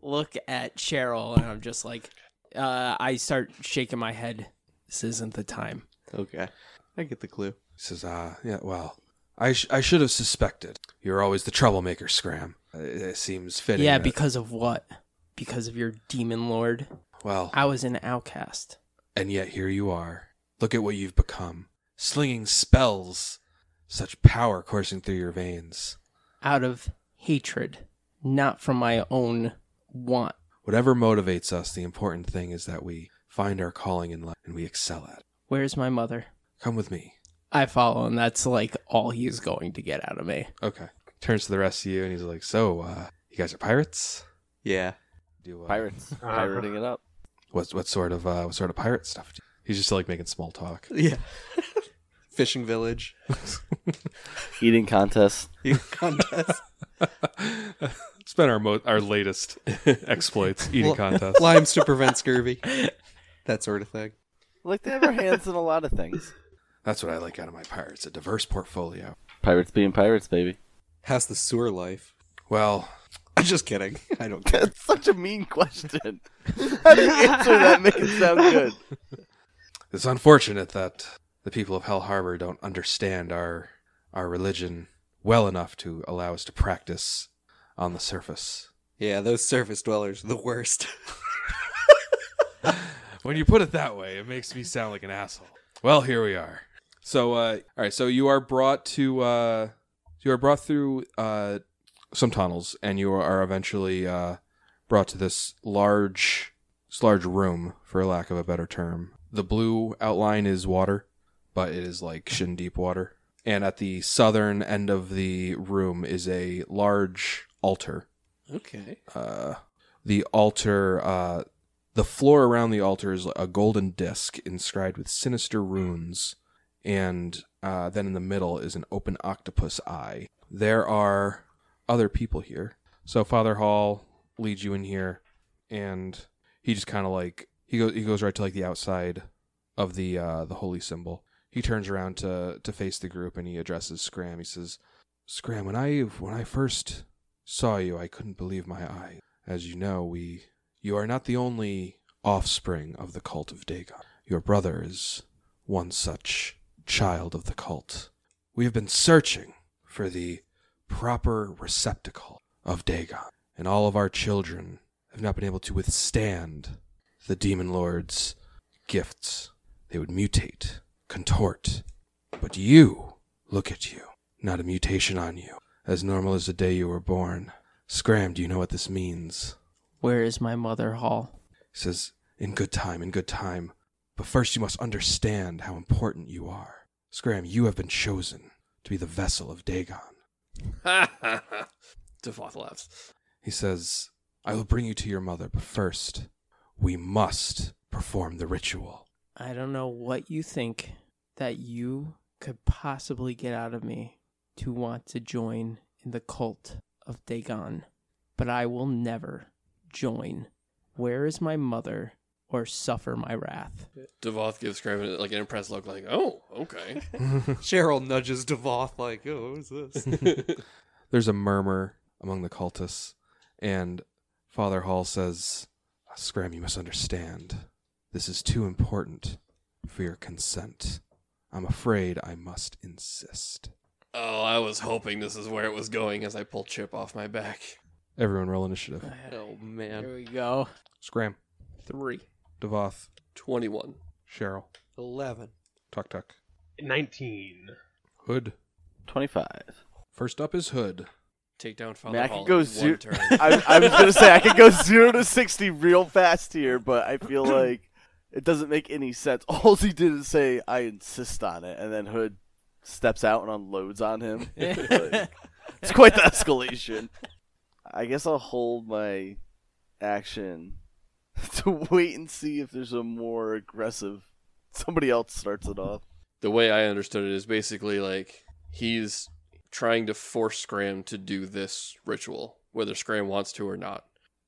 Speaker 6: look at Cheryl and I'm just like, uh, I start shaking my head. This isn't the time.
Speaker 3: Okay.
Speaker 5: I get the clue.
Speaker 1: He says, "Ah, yeah, well, I sh- I should have suspected. You're always the troublemaker, Scram. Uh, It, it seems fitting."
Speaker 6: yeah,
Speaker 1: that-
Speaker 6: because of what? Because of your demon lord.
Speaker 1: well,
Speaker 6: I was an outcast.
Speaker 1: and yet here you are. Look at what you've become, slinging spells, such power coursing through your veins.
Speaker 6: Out of hatred, not from my own want.
Speaker 1: Whatever motivates us, the important thing is that we find our calling in life and we excel at it.
Speaker 6: Where's my mother?
Speaker 1: Come with me.
Speaker 6: I follow, and that's like all he's going to get out of me.
Speaker 1: Okay. Turns to the rest of you and he's like, "So, uh, you guys are pirates?
Speaker 5: Yeah.
Speaker 1: Do uh,
Speaker 3: Pirates. Pirating it up.
Speaker 1: What what sort of uh, what sort of pirate stuff? Do you-" He's just like making small talk.
Speaker 5: Yeah. Fishing village.
Speaker 3: Eating contest.
Speaker 5: You contest.
Speaker 1: It's been our mo- our latest exploits eating
Speaker 5: Well-
Speaker 1: contest.
Speaker 5: Limes to prevent scurvy. That sort of thing.
Speaker 3: Like they have our hands in a lot of things.
Speaker 1: That's what I like out of my pirates—a diverse portfolio.
Speaker 3: Pirates being pirates, baby.
Speaker 5: How's the sewer life?
Speaker 1: Well,
Speaker 5: I'm just kidding. I don't care.
Speaker 3: That's such a mean question. How do you answer that? Make it sound good.
Speaker 1: It's unfortunate that the people of Hell Harbor don't understand our our religion well enough to allow us to practice on the surface.
Speaker 5: Yeah, those surface dwellers, the worst.
Speaker 1: When you put it that way, it makes me sound like an asshole. Well, here we are. So, uh, all right. So you are brought to uh, you are brought through uh, some tunnels, and you are eventually uh, brought to this large, this large room, for lack of a better term. The blue outline is water, but it is like shin deep water. And at the southern end of the room is a large altar
Speaker 5: Okay.
Speaker 1: uh, the altar, uh, the floor around the altar is a golden disc inscribed with sinister runes, and uh, then in the middle is an open octopus eye. There are other people here. So Father Hall leads you in here, and he just kind of like he goes he goes right to like the outside of the uh, the holy symbol. He turns around to to face the group and he addresses Scram. He says, "Scram, when I when I first saw you, I couldn't believe my eyes. As you know, we you are not the only offspring of the cult of Dagon. Your brother is one such child of the cult. We have been searching for the proper receptacle of Dagon, and all of our children have not been able to withstand the demon lord's gifts. They would mutate, contort, But you, look at you. Not a mutation on you. As normal as the day you were born. Scram, do you know what this means?
Speaker 6: Where is my mother, Hall?
Speaker 1: He says, In good time, in good time. But first you must understand how important you are. Scram, you have been chosen to be the vessel of Dagon.
Speaker 2: Devoth laughs.
Speaker 1: He says, I will bring you to your mother, but first, we must perform the ritual.
Speaker 6: I don't know what you think that you could possibly get out of me to want to join in the cult of Dagon, but I will never join. Where is my mother or suffer my wrath?
Speaker 2: Devoth gives Kraven like an impressed look, like, "Oh, okay."
Speaker 5: Cheryl nudges Devoth like, "Oh, what is this?"
Speaker 1: There's a murmur among the cultists, and Father Hall says, Scram, you must understand. This is too important for your consent. I'm afraid I must insist.
Speaker 2: oh, I was hoping this is where it was going as I pull Chip off my back.
Speaker 1: Everyone roll initiative.
Speaker 5: oh man,
Speaker 6: Here we go.
Speaker 1: Scram,
Speaker 6: Three.
Speaker 1: Devoth,
Speaker 2: Twenty-one.
Speaker 1: Cheryl,
Speaker 5: eleven.
Speaker 1: Tuck Tuck.
Speaker 4: 19.
Speaker 1: Hood.
Speaker 3: Twenty-five.
Speaker 1: First up is Hood.
Speaker 2: Take down
Speaker 3: I
Speaker 2: Father
Speaker 3: mean, I
Speaker 2: Hall
Speaker 3: could go
Speaker 2: in
Speaker 3: zero.
Speaker 2: one turn.
Speaker 3: I, I was gonna say I could go zero to sixty real fast here, but I feel like it doesn't make any sense. All he did is say, "I insist on it," and then Hood steps out and unloads on him. Like, it's quite the escalation. I guess I'll hold my action to wait and see if there's a more aggressive. Somebody else starts it off.
Speaker 2: the way I understood it is basically like he's trying to force Scram to do this ritual, whether Scram wants to or not.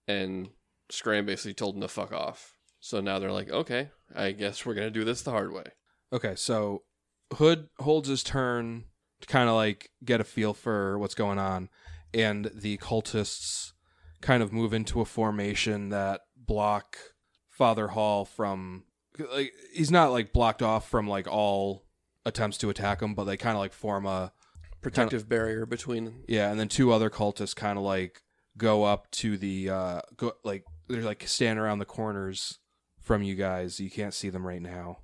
Speaker 2: And Scram basically told him to fuck off. So now they're like, okay, I guess we're going to do this the hard way.
Speaker 1: Okay, so Hood holds his turn to kind of like get a feel for what's going on, and the cultists kind of move into a formation that block Father Hall from like he's not like blocked off from like all attempts to attack him, but they kind of like form a
Speaker 2: Protective barrier between.
Speaker 1: yeah, and then two other cultists kind of like go up to the uh go like they're like standing around the corners from you guys. You can't see them right now.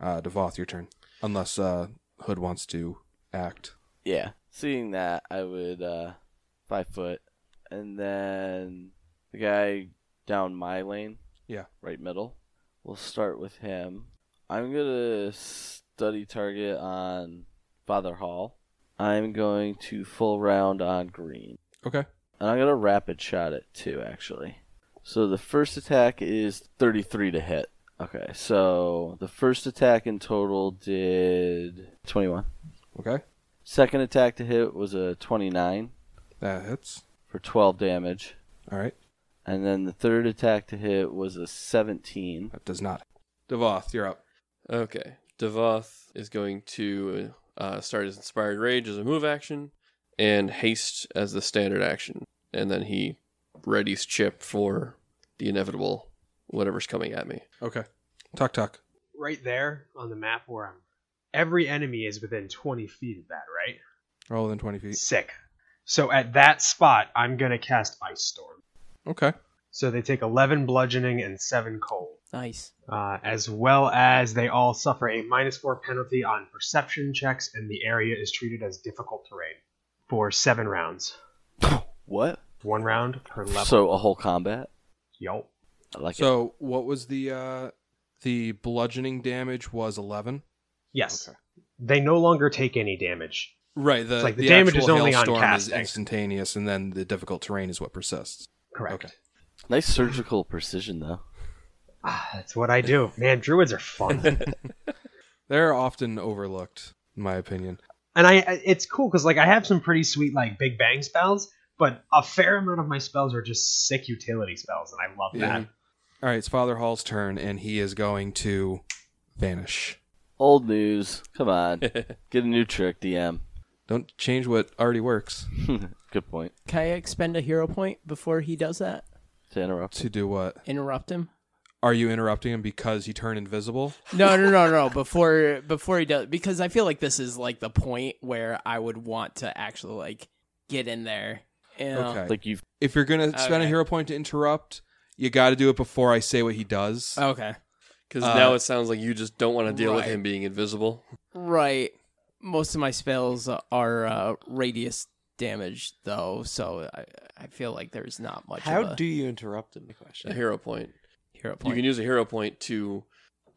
Speaker 1: Uh Devoth, your turn. Unless uh Hood wants to act.
Speaker 3: Yeah. Seeing that, I would uh five foot, and then the guy down my lane.
Speaker 1: Yeah.
Speaker 3: Right middle. We'll start with him. I'm gonna study target on Father Hall. I'm going to full round on green,
Speaker 1: Okay.
Speaker 3: and I'm gonna rapid shot it too, actually. So the first attack is 33 to hit. Okay, so the first attack in total did 21.
Speaker 1: Okay.
Speaker 3: Second attack to hit was a 29
Speaker 1: That hits.
Speaker 3: for 12 damage.
Speaker 1: All right.
Speaker 3: And then the third attack to hit was a 17.
Speaker 1: That does not. Devoth, you're up.
Speaker 2: Okay. Devoth is going to uh, start his Inspired Rage as a move action and Haste as the standard action. And then he readies Chip for the inevitable whatever's coming at me.
Speaker 1: Okay. Tuck tuck.
Speaker 4: Right there on the map where I'm. Every enemy is within 20 feet of that, right?
Speaker 1: Roll within twenty feet.
Speaker 4: Sick. So at that spot, I'm going to cast Ice Storm.
Speaker 1: Okay.
Speaker 4: So they take 11 bludgeoning and 7 cold,
Speaker 6: Nice.
Speaker 4: uh, as well as they all suffer a minus 4 penalty on perception checks, and the area is treated as difficult terrain for 7 rounds.
Speaker 3: What?
Speaker 4: One round per level.
Speaker 3: So a whole combat?
Speaker 4: Yup.
Speaker 3: I like it.
Speaker 1: So what was the uh the bludgeoning damage was eleven?
Speaker 4: Yes. They no longer take any damage.
Speaker 1: Right, the,
Speaker 4: It's like the
Speaker 1: the
Speaker 4: damage
Speaker 1: actual
Speaker 4: is only on
Speaker 1: hailstorm is
Speaker 4: casting.
Speaker 1: instantaneous and then the difficult terrain is what persists.
Speaker 4: Correct.
Speaker 1: Okay.
Speaker 3: Nice surgical precision, though.
Speaker 4: Ah, that's what I do. Man, druids are fun.
Speaker 1: They're often overlooked, in my opinion.
Speaker 4: and I I- it's cool because like I have some pretty sweet like big bang spells, but a fair amount of my spells are just sick utility spells, and I love
Speaker 1: Yeah.
Speaker 4: that.
Speaker 1: All right, it's Father Hall's turn, and he is going to vanish.
Speaker 3: Old news. Come on. Get a new trick, DM.
Speaker 1: Don't change what already works.
Speaker 3: Good point.
Speaker 6: Can I expend a hero point before he does that?
Speaker 3: To interrupt.
Speaker 1: To do what?
Speaker 6: Interrupt him?
Speaker 1: Are you interrupting him because he turned invisible?
Speaker 6: No, no, no, no. Before before he does, because I feel like this is like the point where I would want to actually like get in there. You know?
Speaker 1: Okay.
Speaker 3: Like you've.
Speaker 1: if you're gonna spend a
Speaker 6: Okay.
Speaker 1: hero point to interrupt, you got to do it before I say what he does.
Speaker 6: Okay.
Speaker 2: Because
Speaker 1: Uh,
Speaker 2: now it sounds like you just don't want to deal with
Speaker 6: right.
Speaker 2: him being invisible.
Speaker 6: Right.
Speaker 7: most of my spells are uh, radius damage though, so I, I feel like there's not much.
Speaker 5: How
Speaker 7: of a
Speaker 5: do you interrupt him? The
Speaker 2: A
Speaker 5: question.
Speaker 2: hero point.
Speaker 7: hero
Speaker 2: You
Speaker 7: point?
Speaker 2: can use a hero point to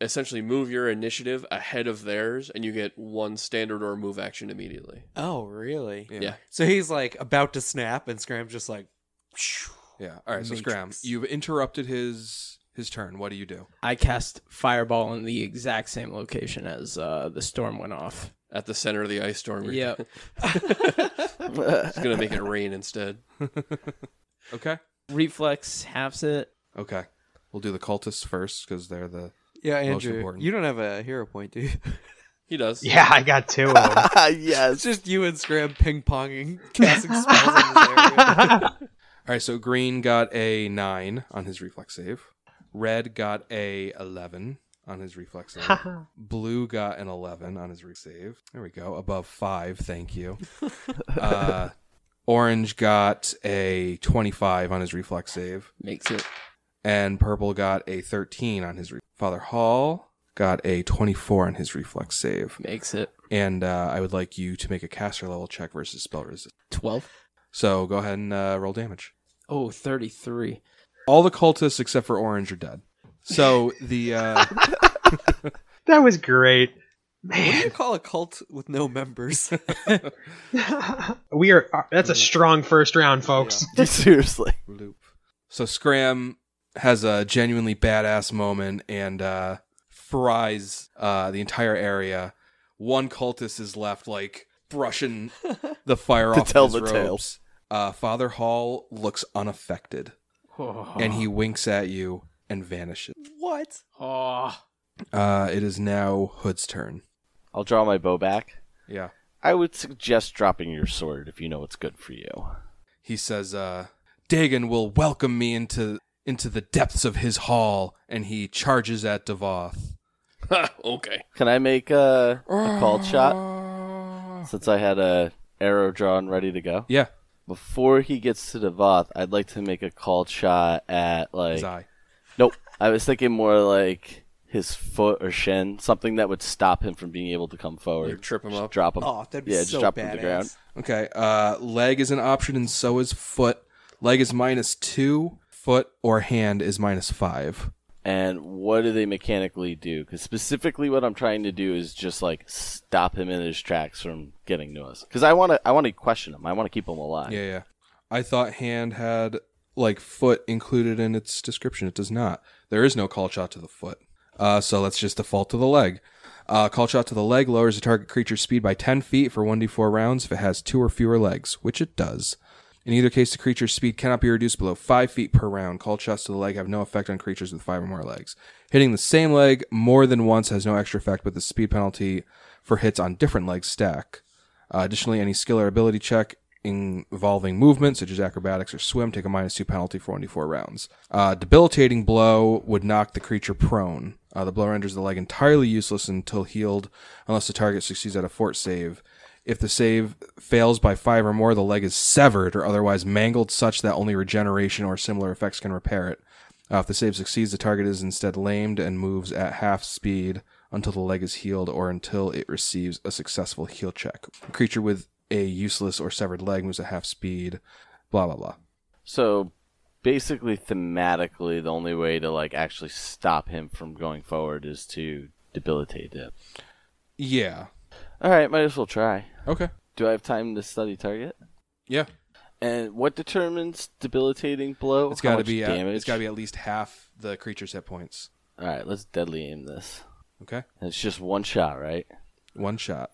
Speaker 2: essentially move your initiative ahead of theirs, and you get one standard or move action immediately.
Speaker 5: Oh, really?
Speaker 1: Yeah.
Speaker 2: Yeah.
Speaker 5: So he's like about to snap, and Scram's just like,
Speaker 1: Yeah. All right. So Scram,
Speaker 5: Matrix.
Speaker 1: you've interrupted his his turn. What do you do?
Speaker 7: I cast fireball in the exact same location as uh, the storm went off.
Speaker 2: At the center of the ice storm.
Speaker 7: Yeah.
Speaker 2: It's going to make it rain instead.
Speaker 1: Okay.
Speaker 7: Reflex halves it.
Speaker 1: Okay. We'll do the cultists first because they're the.
Speaker 5: "Yeah,
Speaker 1: Most
Speaker 5: Andrew,
Speaker 1: important.
Speaker 5: you don't have a hero point, do you?"
Speaker 2: He does.
Speaker 4: Yeah, I got two of them.
Speaker 5: It's
Speaker 3: yes.
Speaker 5: just you and Scram ping ponging, casting spells in this area.
Speaker 1: All right. So Green got a nine on his reflex save. Red got a eleven on his reflex save. Blue got an eleven on his reflex save. There we go. Above five. Thank you. Uh, orange got a twenty-five on his reflex save.
Speaker 7: Makes it.
Speaker 1: and purple got a 13 on his re- father hall got a 24 on his reflex save
Speaker 7: Makes it.
Speaker 1: and uh, i would like you to make a caster level check versus spell resist
Speaker 7: 12.
Speaker 1: so go ahead and uh, roll damage
Speaker 7: Oh, 33.
Speaker 1: all the cultists except for orange are dead so the uh,
Speaker 4: that was great.
Speaker 5: What do you
Speaker 4: Man,
Speaker 5: call a cult with no members?
Speaker 4: we are. uh, That's a strong first round, folks.
Speaker 3: Seriously.
Speaker 1: loop so scram has a genuinely badass moment and uh, fries uh, the entire area one cultist is left like brushing the fire
Speaker 3: To
Speaker 1: off
Speaker 3: tell
Speaker 1: his
Speaker 3: the tale.
Speaker 1: robes. Uh, Father Hall looks unaffected, and he winks at you and vanishes.
Speaker 5: what?
Speaker 7: Oh,
Speaker 1: Uh, it is now Hood's turn.
Speaker 3: I'll draw my bow back.
Speaker 1: Yeah,
Speaker 3: I would suggest dropping your sword if you know it's good for you.
Speaker 1: he says, uh, "Dagon will welcome me into into the depths of his hall," and he charges at Devoth.
Speaker 2: okay.
Speaker 3: Can I make uh, a called shot? Since I had a arrow drawn ready to go.
Speaker 1: Yeah,
Speaker 3: Before he gets to Devoth, I'd like to make a called shot at like
Speaker 1: his eye.
Speaker 3: Nope. I was thinking more like his foot or shin, something that would stop him from being able to come forward.
Speaker 2: You trip him
Speaker 3: Just
Speaker 2: up.
Speaker 3: Drop him.
Speaker 5: Oh, that'd be
Speaker 3: yeah,
Speaker 5: so
Speaker 3: just drop
Speaker 5: badass.
Speaker 3: him to the ground.
Speaker 1: Okay. Uh, leg is an option, and so is foot. Leg is minus two. Foot or hand is minus five.
Speaker 3: And what do they mechanically do? Because specifically, what I'm trying to do is just like stop him in his tracks from getting to us. Because I want to, I want to question him. I want to keep him alive.
Speaker 1: Yeah, yeah. I thought hand had like foot included in its description. It does not. There is no call shot to the foot. Uh, so let's just default to the leg. Uh, call shot to the leg lowers the target creature's speed by 10 feet for 1d4 rounds if it has two or fewer legs, which it does. In either case, the creature's speed cannot be reduced below 5 feet per round. Call shots to the leg have no effect on creatures with 5 or more legs. Hitting the same leg more than once has no extra effect, but the speed penalty for hits on different legs stack. Uh, additionally, any skill or ability check involving movement, such as acrobatics or swim, take a minus two penalty for 1d4 rounds. Uh, debilitating blow would knock the creature prone. Uh, the blow renders the leg entirely useless until healed, unless the target succeeds at a fort save. If the save fails by five or more, the leg is severed or otherwise mangled such that only regeneration or similar effects can repair it. Uh, if the save succeeds, the target is instead lamed and moves at half speed until the leg is healed or until it receives a successful heal check. A creature with a useless or severed leg moves at half speed, blah, blah, blah.
Speaker 3: So basically, thematically, the only way to like actually stop him from going forward is to debilitate him.
Speaker 1: Yeah.
Speaker 3: All right, might as well try.
Speaker 1: Okay.
Speaker 3: Do I have time to study target?
Speaker 1: Yeah.
Speaker 3: And what determines debilitating blow?
Speaker 1: It's
Speaker 3: Oh,
Speaker 1: got
Speaker 3: How
Speaker 1: to
Speaker 3: much
Speaker 1: be at,
Speaker 3: damage.
Speaker 1: it's got to be at least half the creature's hit points.
Speaker 3: All right, let's deadly aim this.
Speaker 1: Okay.
Speaker 3: And it's just one shot, right?
Speaker 1: One shot.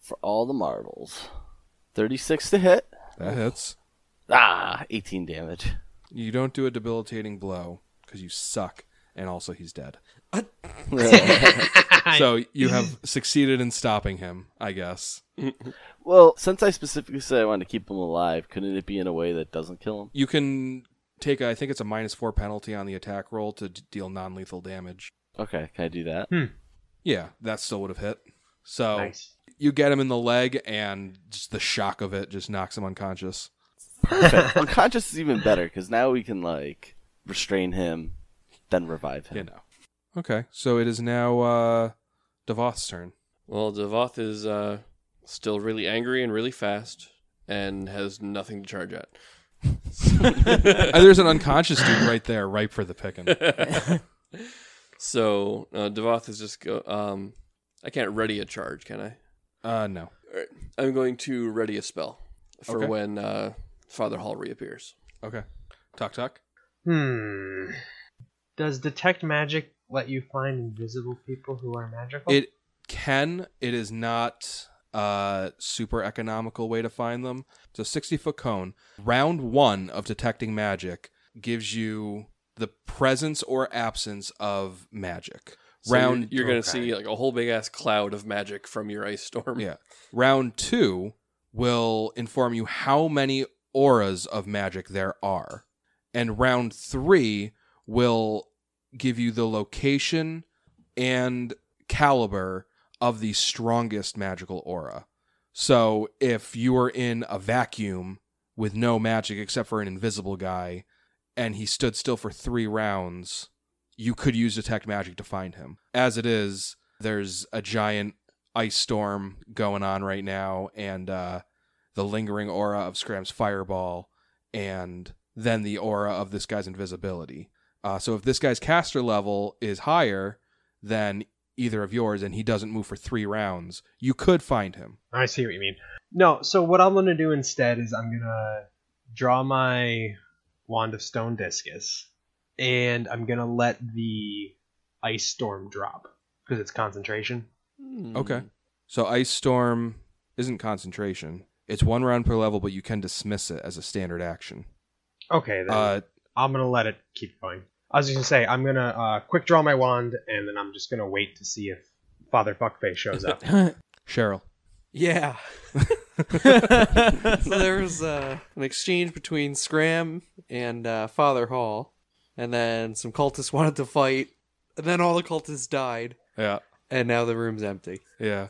Speaker 3: For all the marbles, thirty-six to hit.
Speaker 1: That hits.
Speaker 3: Ah, eighteen damage.
Speaker 1: You don't do a debilitating blow because you suck, and also he's dead. so you have succeeded in stopping him, I guess.
Speaker 3: Well, since I specifically said I wanted to keep him alive, couldn't it be in a way that doesn't kill him?
Speaker 1: You can take, I think it's a minus four penalty on the attack roll to d- deal non lethal damage.
Speaker 3: Okay, can I do that?
Speaker 1: Yeah, that still would have hit. So
Speaker 4: nice.
Speaker 1: you get him in the leg, and just the shock of it just knocks him unconscious.
Speaker 3: Perfect. Unconscious is even better because now we can like restrain him, then revive him.
Speaker 1: You know. Okay, so it is now uh, Devoth's turn.
Speaker 2: Well, Devoth is uh, still really angry and really fast, and has nothing to charge at.
Speaker 1: Uh, there's an unconscious dude right there, ripe for the picking.
Speaker 2: So uh, Devoth is just go. Um, I can't ready a charge, can I?
Speaker 1: Uh, no.
Speaker 2: I'm going to ready a spell for
Speaker 1: Okay.
Speaker 2: when uh, Father Hall reappears.
Speaker 1: Okay. Talk, talk.
Speaker 4: Hmm. Does detect magic let you find invisible people who are magical?
Speaker 1: It can. It is not a super economical way to find them. It's a 60 foot cone. Round one of detecting magic gives you the presence or absence of magic.
Speaker 2: So
Speaker 1: round
Speaker 2: you're, you're gonna
Speaker 4: okay.
Speaker 2: see like a whole big ass cloud of magic from your ice storm.
Speaker 1: yeah. Round two will inform you how many auras of magic there are. And round three will give you the location and caliber of the strongest magical aura. So if you are in a vacuum with no magic except for an invisible guy and he stood still for three rounds, you could use detect magic to find him. As it is, there's a giant ice storm going on right now and uh, the lingering aura of Scram's fireball and then the aura of this guy's invisibility. Uh, so if this guy's caster level is higher than either of yours and he doesn't move for three rounds, you could find him.
Speaker 4: I see what you mean. No, so what I'm going to do instead is I'm going to draw my Wand of Stone Discus, and I'm going to let the Ice Storm drop because it's concentration.
Speaker 1: Okay. So Ice Storm isn't concentration. It's one round per level, but you can dismiss it as a standard action.
Speaker 4: Okay, then
Speaker 1: Uh,
Speaker 4: I'm going to let it keep going. I was just going to say, I'm going to uh, quick draw my wand, and then I'm just going to wait to see if Father Fuckface shows up.
Speaker 1: Cheryl.
Speaker 5: Yeah. so there was uh, an exchange between Scram and uh, Father Hall, and then some cultists wanted to fight, and then all the cultists died,
Speaker 1: Yeah.
Speaker 5: and now the room's empty.
Speaker 1: Yeah.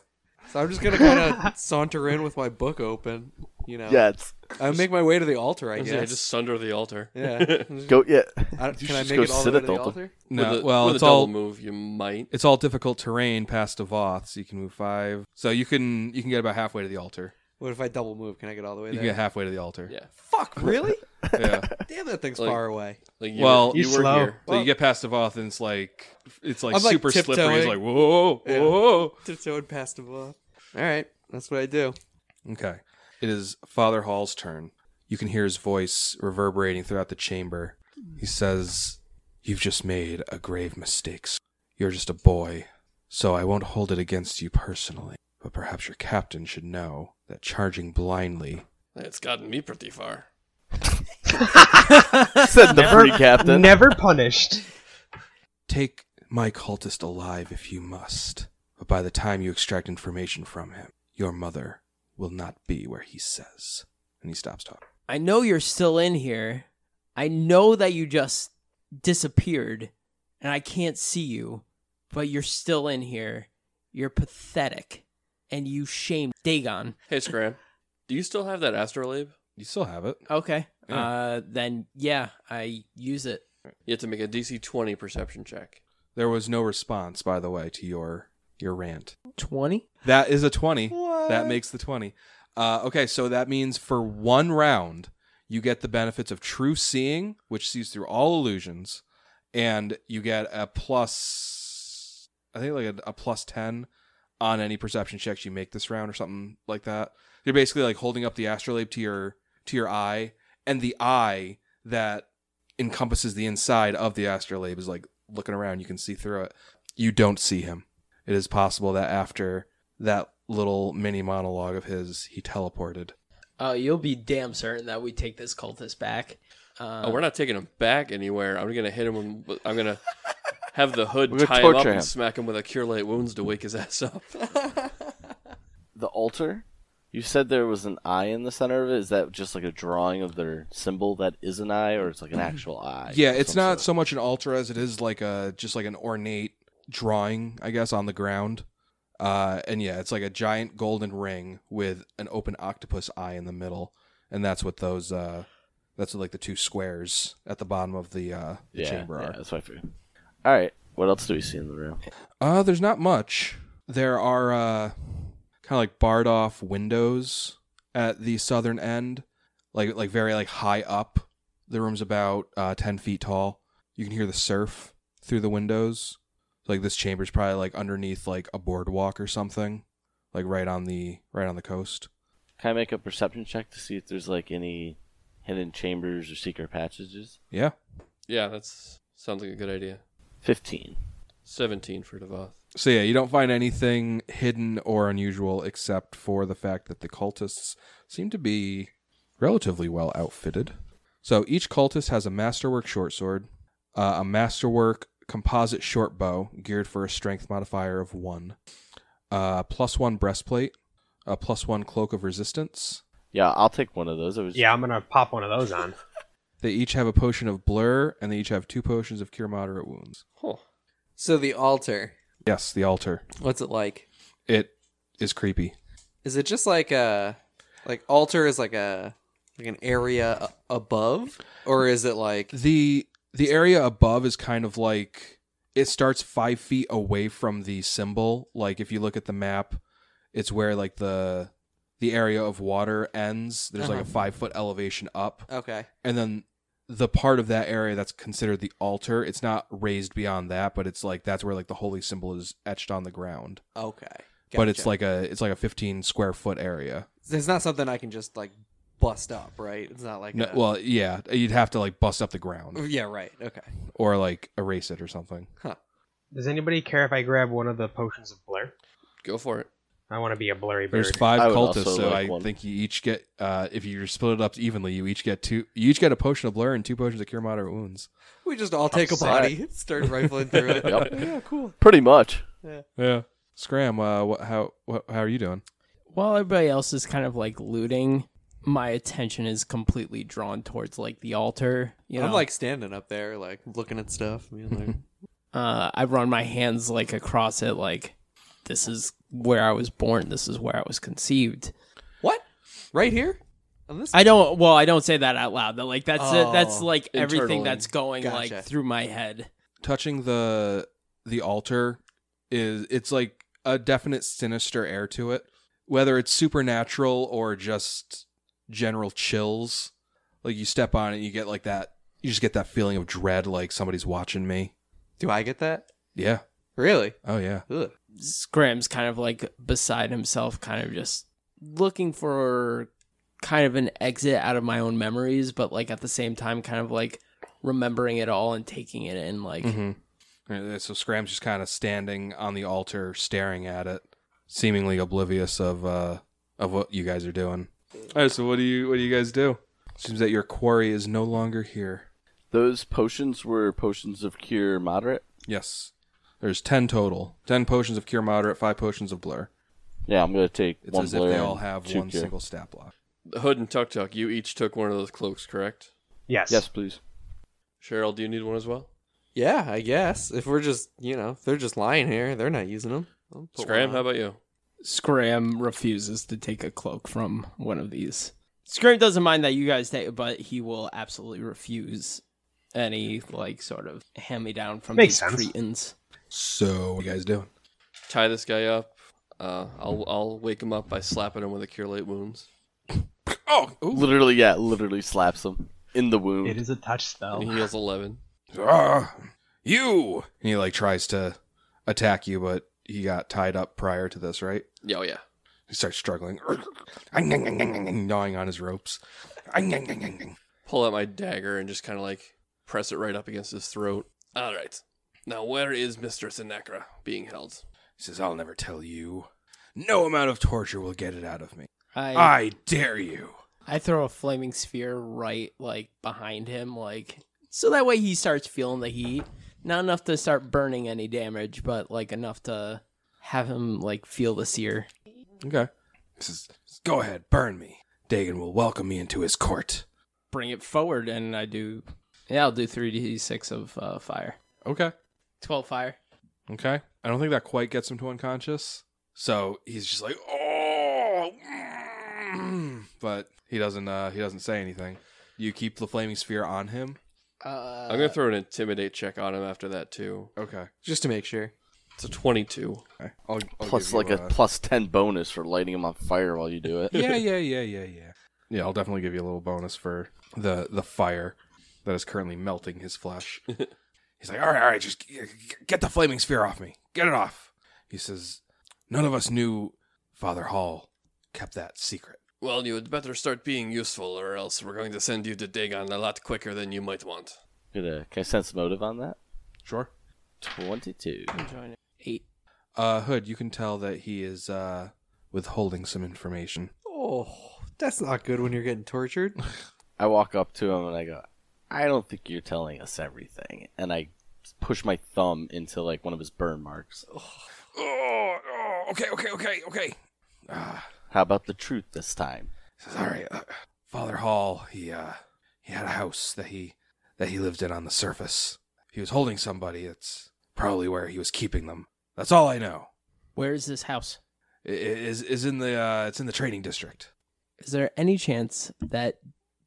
Speaker 5: So I'm just gonna kind of saunter in with my book open, you know.
Speaker 3: Yeah, it's
Speaker 5: I make my way to the altar, I
Speaker 2: I
Speaker 5: guess.
Speaker 2: yeah, just sunder the altar.
Speaker 5: yeah.
Speaker 3: go. Yeah,
Speaker 5: I,
Speaker 3: You
Speaker 5: can I
Speaker 3: should
Speaker 5: make
Speaker 3: go
Speaker 5: it all the
Speaker 3: sit
Speaker 5: way
Speaker 3: at
Speaker 5: to the
Speaker 3: the altar.
Speaker 5: altar?
Speaker 1: No.
Speaker 2: with a,
Speaker 1: well,
Speaker 2: with
Speaker 1: it's
Speaker 2: a double
Speaker 1: all
Speaker 2: move. You might.
Speaker 1: it's all difficult terrain past Devoth, so you can move five. So you can you can get about halfway to the altar.
Speaker 5: What if I double move? Can I get all the way
Speaker 1: You
Speaker 5: there?
Speaker 1: can get halfway to the altar.
Speaker 2: Yeah.
Speaker 5: Fuck, really?
Speaker 1: Yeah.
Speaker 5: Damn, that thing's
Speaker 2: Like-
Speaker 5: far away.
Speaker 2: Like you
Speaker 1: Well,
Speaker 2: were, you
Speaker 4: You're
Speaker 2: were
Speaker 4: slow.
Speaker 2: here.
Speaker 1: So you get past Devoth, and it's like it's like
Speaker 5: I'm, like,
Speaker 1: super slippery. It's
Speaker 5: tiptoeing.
Speaker 1: like whoa,
Speaker 5: Yeah.
Speaker 1: whoa.
Speaker 5: Tiptoed past the ball. All right, that's what I do.
Speaker 1: Okay. It is Father Hall's turn. You can hear his voice reverberating throughout the chamber. He says, You've just made a grave mistake. sir. You're just a boy, so I won't hold it against you personally. But perhaps your captain should know that charging blindly
Speaker 2: It's gotten me pretty far.
Speaker 3: said the free captain.
Speaker 4: Never punished.
Speaker 1: Take my cultist alive if you must, but by the time you extract information from him, your mother will not be where he says. And he stops talking.
Speaker 7: I know you're still in here. I know that you just disappeared and I can't see you, but you're still in here. You're pathetic and you shamed Dagon.
Speaker 2: Hey, Scram, do you still have that astrolabe?
Speaker 1: You still have it.
Speaker 7: Okay.
Speaker 1: Yeah.
Speaker 7: Uh then yeah, I use it.
Speaker 2: You have to make a DC 20 perception check.
Speaker 1: There was no response, by the way, to your your rant.
Speaker 7: 20?
Speaker 1: That is a twenty. That makes the twenty. Uh, okay, so that means for one round, you get the benefits of true seeing, which sees through all illusions, and you get a plus. I think like a, a plus ten on any perception checks you make this round, or something like that. You're basically like holding up the astrolabe to your to your eye, and the eye that encompasses the inside of the astrolabe is like looking around. You can see through it. You don't see him. It is possible that after that little mini monologue of his, he teleported.
Speaker 7: Oh, you'll be damn certain that we take this cultist back. Uh,
Speaker 2: oh, we're not taking him back anywhere. I'm gonna hit him. With, I'm gonna have the hood
Speaker 3: We're gonna
Speaker 2: tie him up
Speaker 3: torture him.
Speaker 2: and smack him with a cure light wounds to wake his ass up.
Speaker 3: the altar. You said there was an eye in the center of it. Is that just like a drawing of their symbol that is an eye, or it's like an actual eye?
Speaker 1: Mm-hmm. Yeah,
Speaker 3: of
Speaker 1: it's
Speaker 3: some
Speaker 1: not
Speaker 3: sort?
Speaker 1: so much an altar as it is like a just like an ornate drawing, I guess, on the ground. Uh, and yeah, it's like a giant golden ring with an open octopus eye in the middle, and that's what those uh, that's what, like the two squares at the bottom of the, uh, the
Speaker 3: yeah,
Speaker 1: chamber
Speaker 3: yeah,
Speaker 1: are.
Speaker 3: that's what I figured. All right, what else do we see in the room?
Speaker 1: Uh, there's not much. There are uh kind of like barred off windows at the southern end, like like very like high up. The room's about uh, ten feet tall. You can hear the surf through the windows. Like this chamber's probably like underneath like a boardwalk or something, like right on the right on the coast.
Speaker 3: Can I make a perception check to see if there's like any hidden chambers or secret passages?
Speaker 1: Yeah,
Speaker 2: Yeah, that's sounds like a good idea.
Speaker 3: Fifteen.
Speaker 2: 17 for Devoth.
Speaker 1: So yeah, you don't find anything hidden or unusual except for the fact that the cultists seem to be relatively well outfitted. So each cultist has a masterwork short sword, uh, a masterwork composite short bow geared for a strength modifier of one, uh, plus one breastplate, a plus one cloak of resistance.
Speaker 3: Yeah, I'll take one of those. I was
Speaker 4: Yeah, I'm gonna pop one of those on.
Speaker 1: They each have a potion of blur, and they each have two potions of cure moderate wounds.
Speaker 2: Huh.
Speaker 5: So the altar,
Speaker 1: Yes, the altar.
Speaker 5: what's it like?
Speaker 1: It is creepy.
Speaker 5: Is it just like a like altar is like a like an area a- above, or is it like
Speaker 1: the the area above is kind of like it starts five feet away from the symbol like if you look at the map it's where like the the area of water ends there's like a
Speaker 5: Uh-huh.
Speaker 1: five foot elevation up
Speaker 5: okay?
Speaker 1: and then the part of that area that's considered the altar it's not raised beyond that but it's like that's where like the holy symbol is etched on the ground
Speaker 5: Okay.
Speaker 1: but it's
Speaker 5: Gotcha.
Speaker 1: like a it's like a 15 square foot area
Speaker 5: it's not something I can just like bust up, right? It's not like
Speaker 1: no,
Speaker 5: a-
Speaker 1: well yeah you'd have to like bust up the ground
Speaker 5: yeah, right. Okay.
Speaker 1: or like erase it or something
Speaker 4: Does anybody care if I grab one of the potions of blur?
Speaker 2: Go for it.
Speaker 4: I want to be a blurry bird.
Speaker 1: There's five
Speaker 3: I would
Speaker 1: cultists,
Speaker 3: also
Speaker 1: so
Speaker 3: like
Speaker 1: I
Speaker 3: one.
Speaker 1: think you each get uh, if you split it up evenly, you each get two. You each get a potion of blur and two potions of cure moderate wounds.
Speaker 5: We just all take a
Speaker 3: Upset.
Speaker 5: body, start rifling through it.
Speaker 3: Yep.
Speaker 5: Yeah, cool.
Speaker 3: pretty much.
Speaker 1: Yeah. Scram. Uh, what, how what, how are you doing?
Speaker 6: While everybody else is kind of like looting, my attention is completely drawn towards like the altar. You know,
Speaker 5: I'm like standing up there, like looking at stuff. being like,
Speaker 6: uh, I run my hands like across it, like this is where I was born. This is where I was conceived.
Speaker 5: what? Right here? On this?
Speaker 6: I don't. Well, I don't say that out loud. That like that's it, that's
Speaker 5: Oh,
Speaker 6: like everything
Speaker 5: internally.
Speaker 6: that's going
Speaker 5: Gotcha.
Speaker 6: like through my head.
Speaker 1: Touching the the altar is it's like a definite sinister air to it, whether it's supernatural or just general chills. Like you step on it, you get like that. You just get that feeling of dread, like somebody's watching me.
Speaker 5: Do I get that?
Speaker 1: Yeah.
Speaker 5: Really?
Speaker 1: Oh yeah.
Speaker 5: Ugh.
Speaker 6: Scrim's kind of like beside himself, kind of just looking for kind of an exit out of my own memories, but like at the same time, kind of like remembering it all and taking it in. Like,
Speaker 1: Mm-hmm. So Scram's just kind of standing on the altar, staring at it, seemingly oblivious of uh, of what you guys are doing. All right. So what do you what do you guys do? Seems that your quarry is no longer here.
Speaker 3: Those potions were potions of cure moderate.
Speaker 1: Yes. There's ten total. Ten potions of cure moderate, five potions of blur.
Speaker 3: Yeah, I'm gonna take
Speaker 1: It's
Speaker 3: one
Speaker 1: as
Speaker 3: blur
Speaker 1: if they
Speaker 3: and
Speaker 1: all have
Speaker 3: two
Speaker 1: one
Speaker 3: cure.
Speaker 1: single stat block.
Speaker 2: The Hood and Tuk Tuk, you each took one of those cloaks, correct?
Speaker 4: Yes.
Speaker 3: Yes, please.
Speaker 2: Cheryl, do you need one as well?
Speaker 5: Yeah, I guess. If we're just, you know, if they're just lying here, they're not using them. I'll put
Speaker 2: Scram,
Speaker 5: one
Speaker 2: how
Speaker 5: on.
Speaker 2: about you?
Speaker 6: Scram refuses to take a cloak from one of these. Scram doesn't mind that you guys take it, but he will absolutely refuse any like sort of hand me down from
Speaker 4: Makes
Speaker 6: these
Speaker 4: sense.
Speaker 6: Cretans.
Speaker 1: So what are you guys doing?
Speaker 2: Tie this guy up. Uh, I'll I'll wake him up by slapping him with a cure late wounds.
Speaker 1: Oh, ooh.
Speaker 3: Literally, yeah, literally slaps him in the wound.
Speaker 4: It is a touch
Speaker 2: And
Speaker 5: Oh.
Speaker 2: he
Speaker 4: spell.
Speaker 2: heals eleven.
Speaker 1: Ah, you. And he like tries to attack you, but he got tied up prior to this, right?
Speaker 2: Yeah, oh yeah.
Speaker 1: He starts struggling, gnawing on his ropes.
Speaker 2: Pull out my dagger and just kind of like press it right up against his throat. All right. Now where is Mistress Senecra being held?
Speaker 1: He says, I'll never tell you. No amount of torture will get it out of me.
Speaker 6: I
Speaker 1: I dare you.
Speaker 6: I throw a flaming sphere right like behind him, like so that way he starts feeling the heat. Not enough to start burning any damage, but like enough to have him like feel the sear.
Speaker 1: Okay. He says, Go ahead, burn me. Dagon will welcome me into his court.
Speaker 6: Bring it forward, and I do. Yeah, I'll do three d six of uh, fire.
Speaker 1: Okay.
Speaker 6: Twelve fire.
Speaker 1: Okay. I don't think that quite gets him to unconscious. So he's just like, oh, mm," but he doesn't. Uh, he doesn't say anything. You keep the flaming sphere on him.
Speaker 6: Uh,
Speaker 2: I'm gonna throw an intimidate check on him after that too.
Speaker 1: Okay.
Speaker 5: Just to make sure.
Speaker 2: It's a 22.
Speaker 1: Okay. I'll, I'll
Speaker 3: Plus,
Speaker 1: give you
Speaker 3: like a, plus ten bonus for lighting him on fire while you do it.
Speaker 1: yeah, yeah, yeah, yeah, yeah. Yeah, I'll definitely give you a little bonus for the the fire that is currently melting his flesh. He's like, all right, all right, just g- g- get the flaming sphere off me. Get it off. He says, none of us knew Father Hall kept that secret.
Speaker 2: Well, you had better start being useful, or else we're going to send you to Dagon a lot quicker than you might want.
Speaker 3: Could, uh, can I sense motive on that?
Speaker 1: Sure.
Speaker 3: Twenty-two.
Speaker 1: Uh, Hood, you can tell that he is uh, withholding some information.
Speaker 5: Oh, that's not good when you're getting tortured.
Speaker 3: I walk up to him and I go, "I don't think you're telling us everything." And I push my thumb into like one of his burn marks.
Speaker 1: Oh, oh okay, okay, okay, okay. Ah,
Speaker 3: How about the truth this time?
Speaker 1: says, "All right, uh, Father Hall. He uh, he had a house that he that he lived in on the surface. He was holding somebody. That's probably where he was keeping them. That's all I know.
Speaker 7: Where is this house?
Speaker 1: I- i- Is is in the uh, it's in the training district.
Speaker 7: Is there any chance that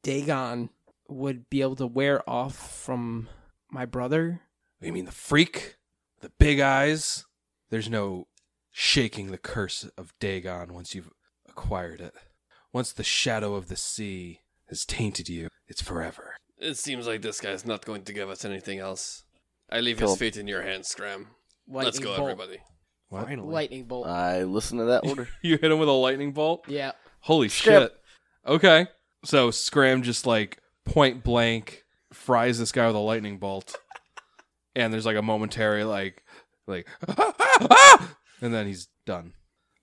Speaker 7: Dagon would be able to wear off from my brother?
Speaker 1: You mean the freak, the big eyes? There's no shaking the curse of Dagon once you've acquired it. Once the shadow of the sea has tainted you, it's forever.
Speaker 2: It seems like this guy's not going to give us anything else. I leave
Speaker 3: Cool.
Speaker 2: his fate in your hands, Scram.
Speaker 7: Lightning
Speaker 2: Let's go,
Speaker 7: bolt.
Speaker 2: everybody.
Speaker 1: What?
Speaker 5: Finally.
Speaker 7: Lightning bolt.
Speaker 3: I listen to that order.
Speaker 1: You hit him with a lightning bolt.
Speaker 7: yeah.
Speaker 1: Holy
Speaker 3: Scram.
Speaker 1: shit. Okay. So Scram just like point blank fries this guy with a lightning bolt. And there's like a momentary like like "Ah, and then he's done.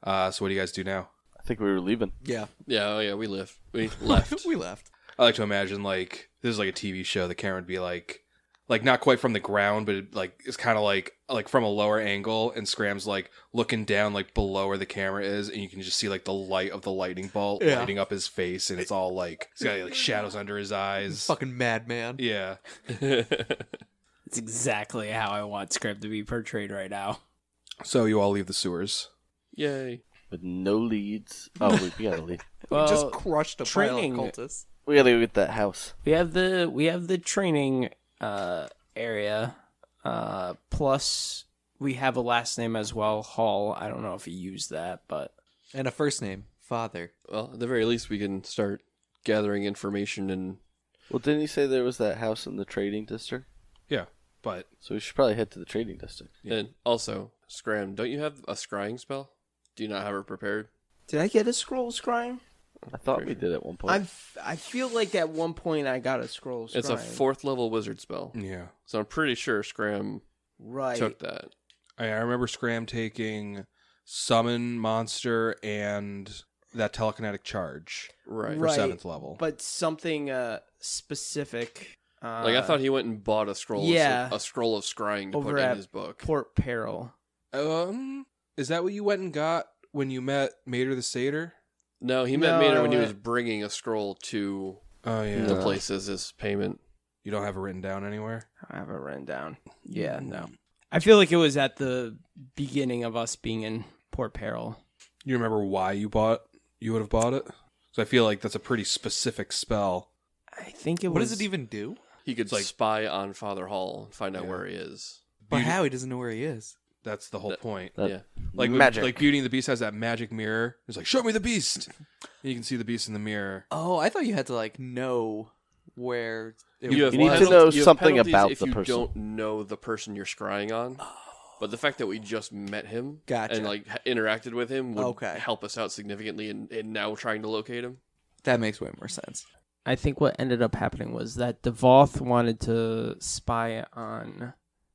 Speaker 1: Uh so what do you guys do now?
Speaker 3: I think we were leaving.
Speaker 5: Yeah,
Speaker 2: Yeah, oh yeah, we live. We left.
Speaker 5: we left.
Speaker 1: I like to imagine like this is like a TV show. The camera would be like, like not quite from the ground, but it, like it's kind of like like from a lower angle, and Scram's like looking down like below where the camera is, and you can just see like the light of the lightning bolt
Speaker 5: Yeah.
Speaker 1: lighting up his face, and it's all like he's got like shadows under his eyes.
Speaker 5: Fucking madman.
Speaker 1: Yeah,
Speaker 7: It's exactly how I want Scrib to be portrayed right now.
Speaker 1: so you all leave the sewers.
Speaker 2: Yay.
Speaker 3: With no leads. Oh, wait, we gotta leave.
Speaker 5: we
Speaker 7: Well,
Speaker 5: just crushed a
Speaker 7: training.
Speaker 5: pile of cultists.
Speaker 3: We gotta go get that house.
Speaker 7: We have the we have the training uh area uh plus we have a last name as well, Hall. I don't know if he used that, but
Speaker 5: And a first name, father.
Speaker 2: Well, at the very least, we can start gathering information and.
Speaker 3: Well, didn't he say there was that house in the trading district?
Speaker 1: Yeah, but
Speaker 3: So we should probably head to the trading district.
Speaker 2: And also, Scram, don't you have a scrying spell? Do you not have it prepared?
Speaker 6: Did I get a scroll scrying?
Speaker 3: I thought we did at one point.
Speaker 6: I'm. I feel like at one point I got a scroll. Scrying.
Speaker 2: It's a fourth level wizard spell.
Speaker 1: yeah,
Speaker 2: So I'm pretty sure Scram
Speaker 6: Right.
Speaker 2: took that.
Speaker 1: I, I remember Scram taking summon monster and that telekinetic charge
Speaker 2: Right.
Speaker 1: for
Speaker 6: Right.
Speaker 1: seventh level.
Speaker 6: But something uh specific. Uh,
Speaker 2: Like I thought he went and bought a scroll.
Speaker 6: yeah.
Speaker 2: Of, a scroll of scrying to
Speaker 6: Over
Speaker 2: put in
Speaker 6: at
Speaker 2: his book.
Speaker 6: Port Peril.
Speaker 1: Um, is that what you went and got when you met Mater the Satyr?
Speaker 2: No, he met
Speaker 6: No,
Speaker 2: Mater
Speaker 6: no,
Speaker 2: when he
Speaker 6: I-
Speaker 2: was bringing a scroll to
Speaker 1: Oh yeah,
Speaker 2: the place as his payment.
Speaker 1: You don't have it written down anywhere.
Speaker 6: I have it written down.
Speaker 7: yeah, no. I feel like it was at the beginning of us being in Port Peril.
Speaker 1: You remember why you bought? You would have bought it. So I feel like that's a pretty specific spell.
Speaker 7: I think it
Speaker 5: What
Speaker 7: was
Speaker 5: does it even do?
Speaker 2: He could
Speaker 1: like-
Speaker 2: spy on Father Hall and find out
Speaker 1: Yeah.
Speaker 2: where he is.
Speaker 5: But
Speaker 1: Beauty-
Speaker 5: how he doesn't know where he is.
Speaker 1: That's the whole point.
Speaker 3: That-
Speaker 2: yeah.
Speaker 1: Like when-
Speaker 3: magic.
Speaker 1: like Beauty and the Beast has that magic mirror. It's like, show me the beast. And you can see the beast in the mirror.
Speaker 5: Oh, I thought you had to like know where. It
Speaker 2: You,
Speaker 5: was.
Speaker 2: have
Speaker 3: need to
Speaker 2: penal-
Speaker 3: know
Speaker 2: you have
Speaker 3: something
Speaker 2: penalties
Speaker 3: about
Speaker 2: if
Speaker 3: the
Speaker 2: you
Speaker 3: person.
Speaker 2: don't know the person you're scrying on. But the fact that we just met him
Speaker 5: Gotcha.
Speaker 2: and like h- interacted with him would
Speaker 5: Okay.
Speaker 2: help us out significantly in, in now trying to locate him.
Speaker 5: That makes way more sense.
Speaker 7: I think what ended up happening was that Devoth wanted to spy on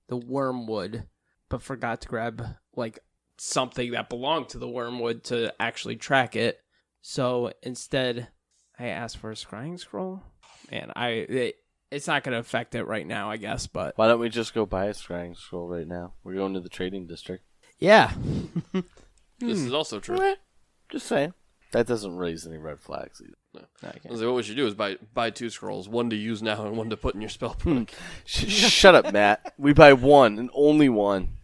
Speaker 7: the wormwood, but forgot to grab like something that belonged to the wormwood to actually track it. So instead, I asked for a scrying scroll. Man, I it, it's not going to affect it right now, I guess. But
Speaker 3: Why don't we just go buy a scrying scroll right now? We're going to the trading district.
Speaker 7: yeah,
Speaker 2: This
Speaker 5: Hmm.
Speaker 2: is also true.
Speaker 3: Meh. Just saying. That doesn't raise any red flags either.
Speaker 2: I was like, what we should do is buy buy two scrolls, one to use now and one to put in your spell book.
Speaker 5: Hmm.
Speaker 3: Sh- Shut up, Matt. We buy one and only one.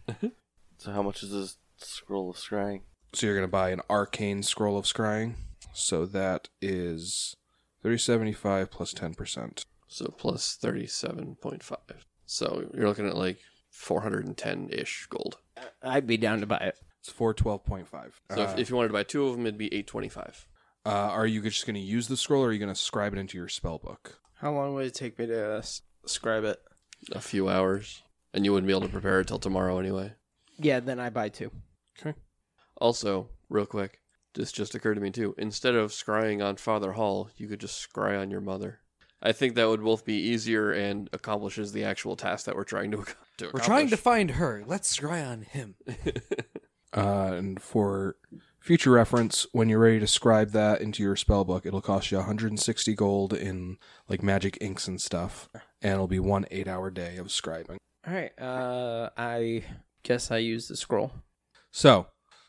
Speaker 3: so how much is this scroll of scrying?
Speaker 1: So you're gonna buy an arcane scroll of scrying. So that is thirty seventy five plus ten percent.
Speaker 2: so plus thirty seven point five. So you're looking at like 410 ish gold.
Speaker 7: I'd be down to buy it.
Speaker 1: It's 412.5.
Speaker 2: So
Speaker 5: Uh-huh.
Speaker 1: Uh,
Speaker 2: if, if you wanted to buy two of them, it'd be 825.
Speaker 1: uh, are you just going to use the scroll or are you going to scribe it into your spell book?
Speaker 6: How long would it take me to uh, s- scribe it?
Speaker 2: A few hours. And you wouldn't be able to prepare it till tomorrow anyway.
Speaker 7: Yeah, then I buy two.
Speaker 2: Also, real quick, this just occurred to me too. Instead of scrying on Father Hall, you could just scry on your mother. I think that would both be easier and accomplishes the actual task that we're trying to, ac- to
Speaker 5: We're
Speaker 2: accomplish.
Speaker 5: trying to find her. Let's scry on him.
Speaker 1: Uh, and for future reference, when you're ready to scribe that into your spell book, it'll cost you 160 gold in like magic inks and stuff, and it'll be one eight hour day of scribing.
Speaker 7: All right. Uh, I guess I use the scroll.
Speaker 1: So,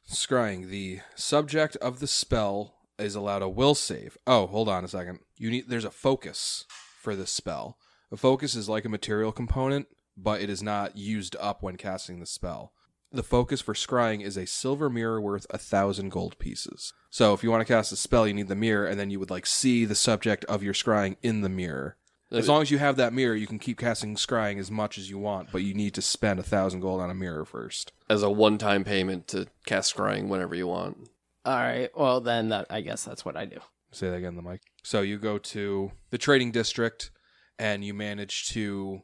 Speaker 1: scrying. The subject of the spell is allowed a will save. Oh, hold on a second. You need there's a focus for this spell. A focus is like a material component, but it is not used up when casting the spell. The focus for scrying is a silver mirror worth a thousand gold pieces. So if you want to cast a spell, you need the mirror, and then you would like see the subject of your scrying in the mirror. As long as you have that mirror, you can keep casting scrying as much as you want, but you need to spend a thousand gold on a mirror first.
Speaker 2: as a one-time payment to cast scrying whenever you want.
Speaker 7: All right. Well, then that I guess that's what I do.
Speaker 1: Say that again, the mic. So you go to the trading district, and you manage to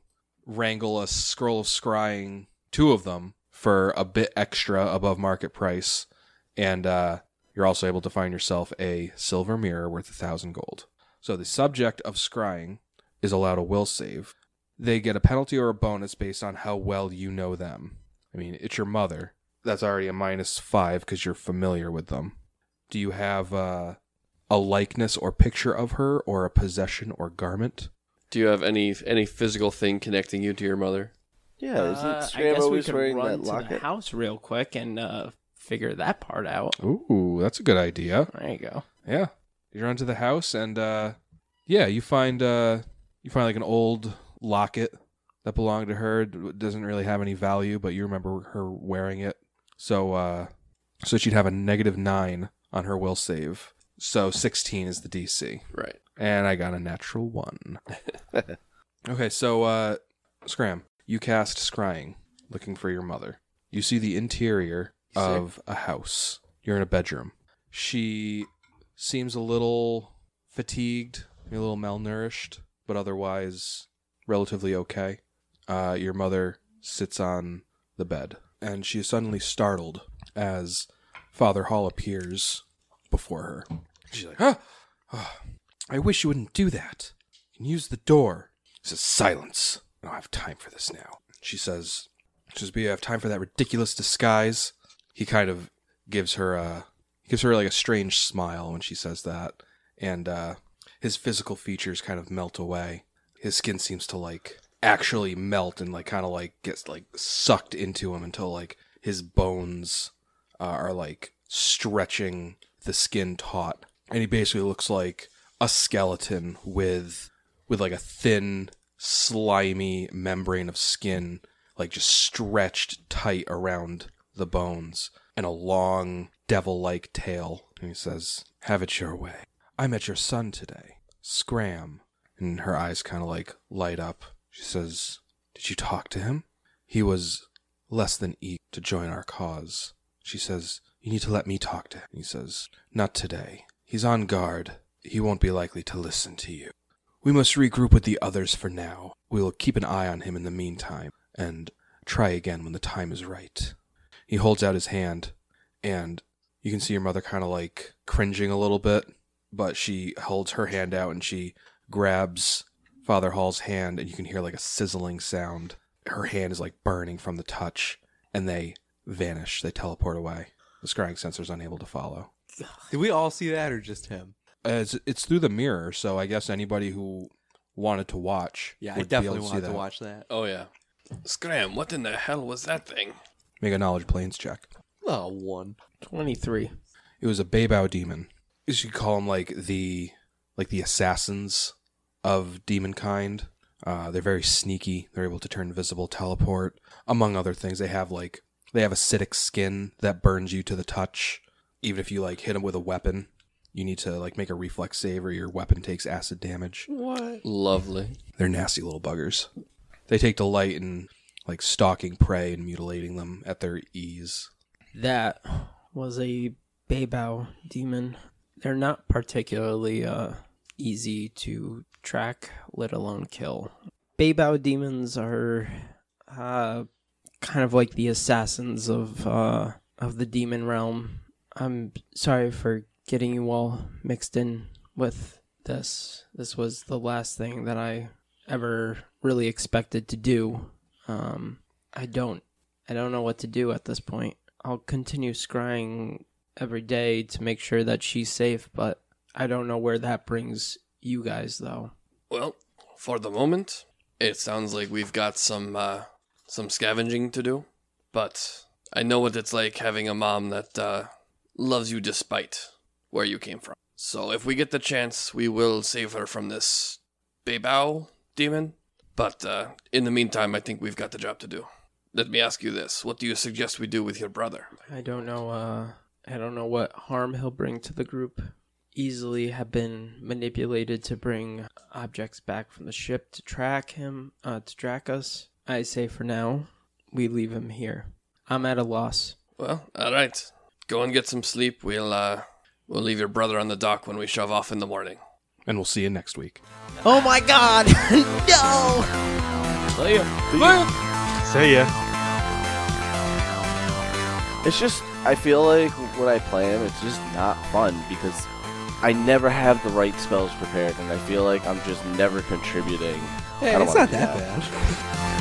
Speaker 1: wrangle a scroll of scrying, two of them for a bit extra above market price, and uh, you're also able to find yourself a silver mirror worth a thousand gold. So the subject of scrying is allowed a will save. They get a penalty or a bonus based on how well you know them. I mean, it's your mother. That's already a minus five because you're familiar with them. Do you have uh, a likeness or picture of her or a possession or garment.
Speaker 2: Do you have any any physical thing connecting you to your mother?
Speaker 3: Yeah,
Speaker 7: Uh,
Speaker 3: isn't Scram always wearing
Speaker 7: to
Speaker 3: that
Speaker 7: the
Speaker 3: locket?
Speaker 7: house real quick and uh, figure that part out.
Speaker 1: Ooh, that's a good idea.
Speaker 7: There you go.
Speaker 1: Yeah. You run to the house and uh yeah, you find uh you find like an old locket that belonged to her. It doesn't really have any value, but you remember her wearing it. So uh so she'd have a negative 9 on her will save. So 16 is the DC.
Speaker 2: Right.
Speaker 1: and I got a natural one. okay, so uh Scram, you cast scrying, looking for your mother. You see the interior of a house. You're in a bedroom. She seems a little fatigued, a little malnourished, but otherwise relatively okay. Uh, your mother sits on the bed, and she is suddenly startled as Father Hall appears before her. She's like, "Ah, "Huh? I wish you wouldn't do that. You can use the door. He says, Silence. I don't have time for this now. She says, she says, "But you have time for that ridiculous disguise? He kind of gives her a, he gives her like a strange smile when she says that. And uh, his physical features kind of melt away. His skin seems to like actually melt and like kind of like gets like sucked into him until like his bones uh, are like stretching the skin taut. And he basically looks like a skeleton with with like a thin slimy membrane of skin like just stretched tight around the bones and a long devil-like tail and he says have it your way i met your son today scram and her eyes kind of like light up she says did you talk to him he was less than eager to join our cause she says, You need to let me talk to him. He says, Not today. He's on guard. He won't be likely to listen to you. We must regroup with the others for now. We will keep an eye on him in the meantime and try again when the time is right. He holds out his hand, and you can see your mother kind of like cringing a little bit, but she holds her hand out and she grabs Father Hall's hand, and you can hear like a sizzling sound. Her hand is like burning from the touch, and they vanish. They teleport away. The scrying sensor is unable to follow.
Speaker 5: Did we all see that or just him?
Speaker 1: As it's through the mirror, so I guess anybody who wanted to watch,
Speaker 5: Yeah, I
Speaker 1: would be able
Speaker 5: definitely
Speaker 1: see
Speaker 5: wanted to
Speaker 1: that.
Speaker 5: watch that.
Speaker 2: Oh yeah. Scram! What in the hell was that thing?
Speaker 1: Make a knowledge planes check.
Speaker 5: Oh, one.
Speaker 7: Twenty-three.
Speaker 1: It was a Babao demon. You should call them like the like the assassins of demon kind. Uh, they're very sneaky. They're able to turn visible, teleport, among other things. They have like they have acidic skin that burns you to the touch. Even if you like hit them with a weapon, you need to like make a reflex save or your weapon takes acid damage.
Speaker 2: Lovely.
Speaker 1: They're nasty little buggers. They take delight in like stalking prey and mutilating them at their ease.
Speaker 6: That was a Beibao demon. They're not particularly uh, easy to track, let alone kill. Beibao demons are uh, kind of like the assassins of uh, of the demon realm. I'm sorry for getting you all mixed in with this. This was the last thing that I ever really expected to do. Um, I don't I don't know what to do at this point. I'll continue scrying every day to make sure that she's safe, but I don't know where that brings you guys though.
Speaker 2: Well, for the moment, it sounds like we've got some uh, some scavenging to do, but I know what it's like having a mom that uh, loves you despite where you came from. So if we get the chance, we will save her from this Beibao demon. But uh, in the meantime, I think we've got the job to do. Let me ask you this: What do you suggest we do with your brother?
Speaker 6: I don't know uh I don't know what harm he'll bring to the group. Easily have been manipulated to bring objects back from the ship to track him, uh to track us. I say for now, we leave him here. I'm at a loss.
Speaker 2: Well, all right. Go and get some sleep. We'll uh, we'll leave your brother on the dock when we shove off in the morning.
Speaker 1: And we'll see you next week.
Speaker 7: Oh my god! no!
Speaker 4: See ya.
Speaker 3: It's just I feel like what I play him, it's just not fun because I never have the right spells prepared, and I feel like I'm just never contributing. I
Speaker 5: Hey,
Speaker 3: don't
Speaker 5: it's
Speaker 3: wanna
Speaker 5: not
Speaker 3: do
Speaker 5: that
Speaker 3: that.
Speaker 5: bad.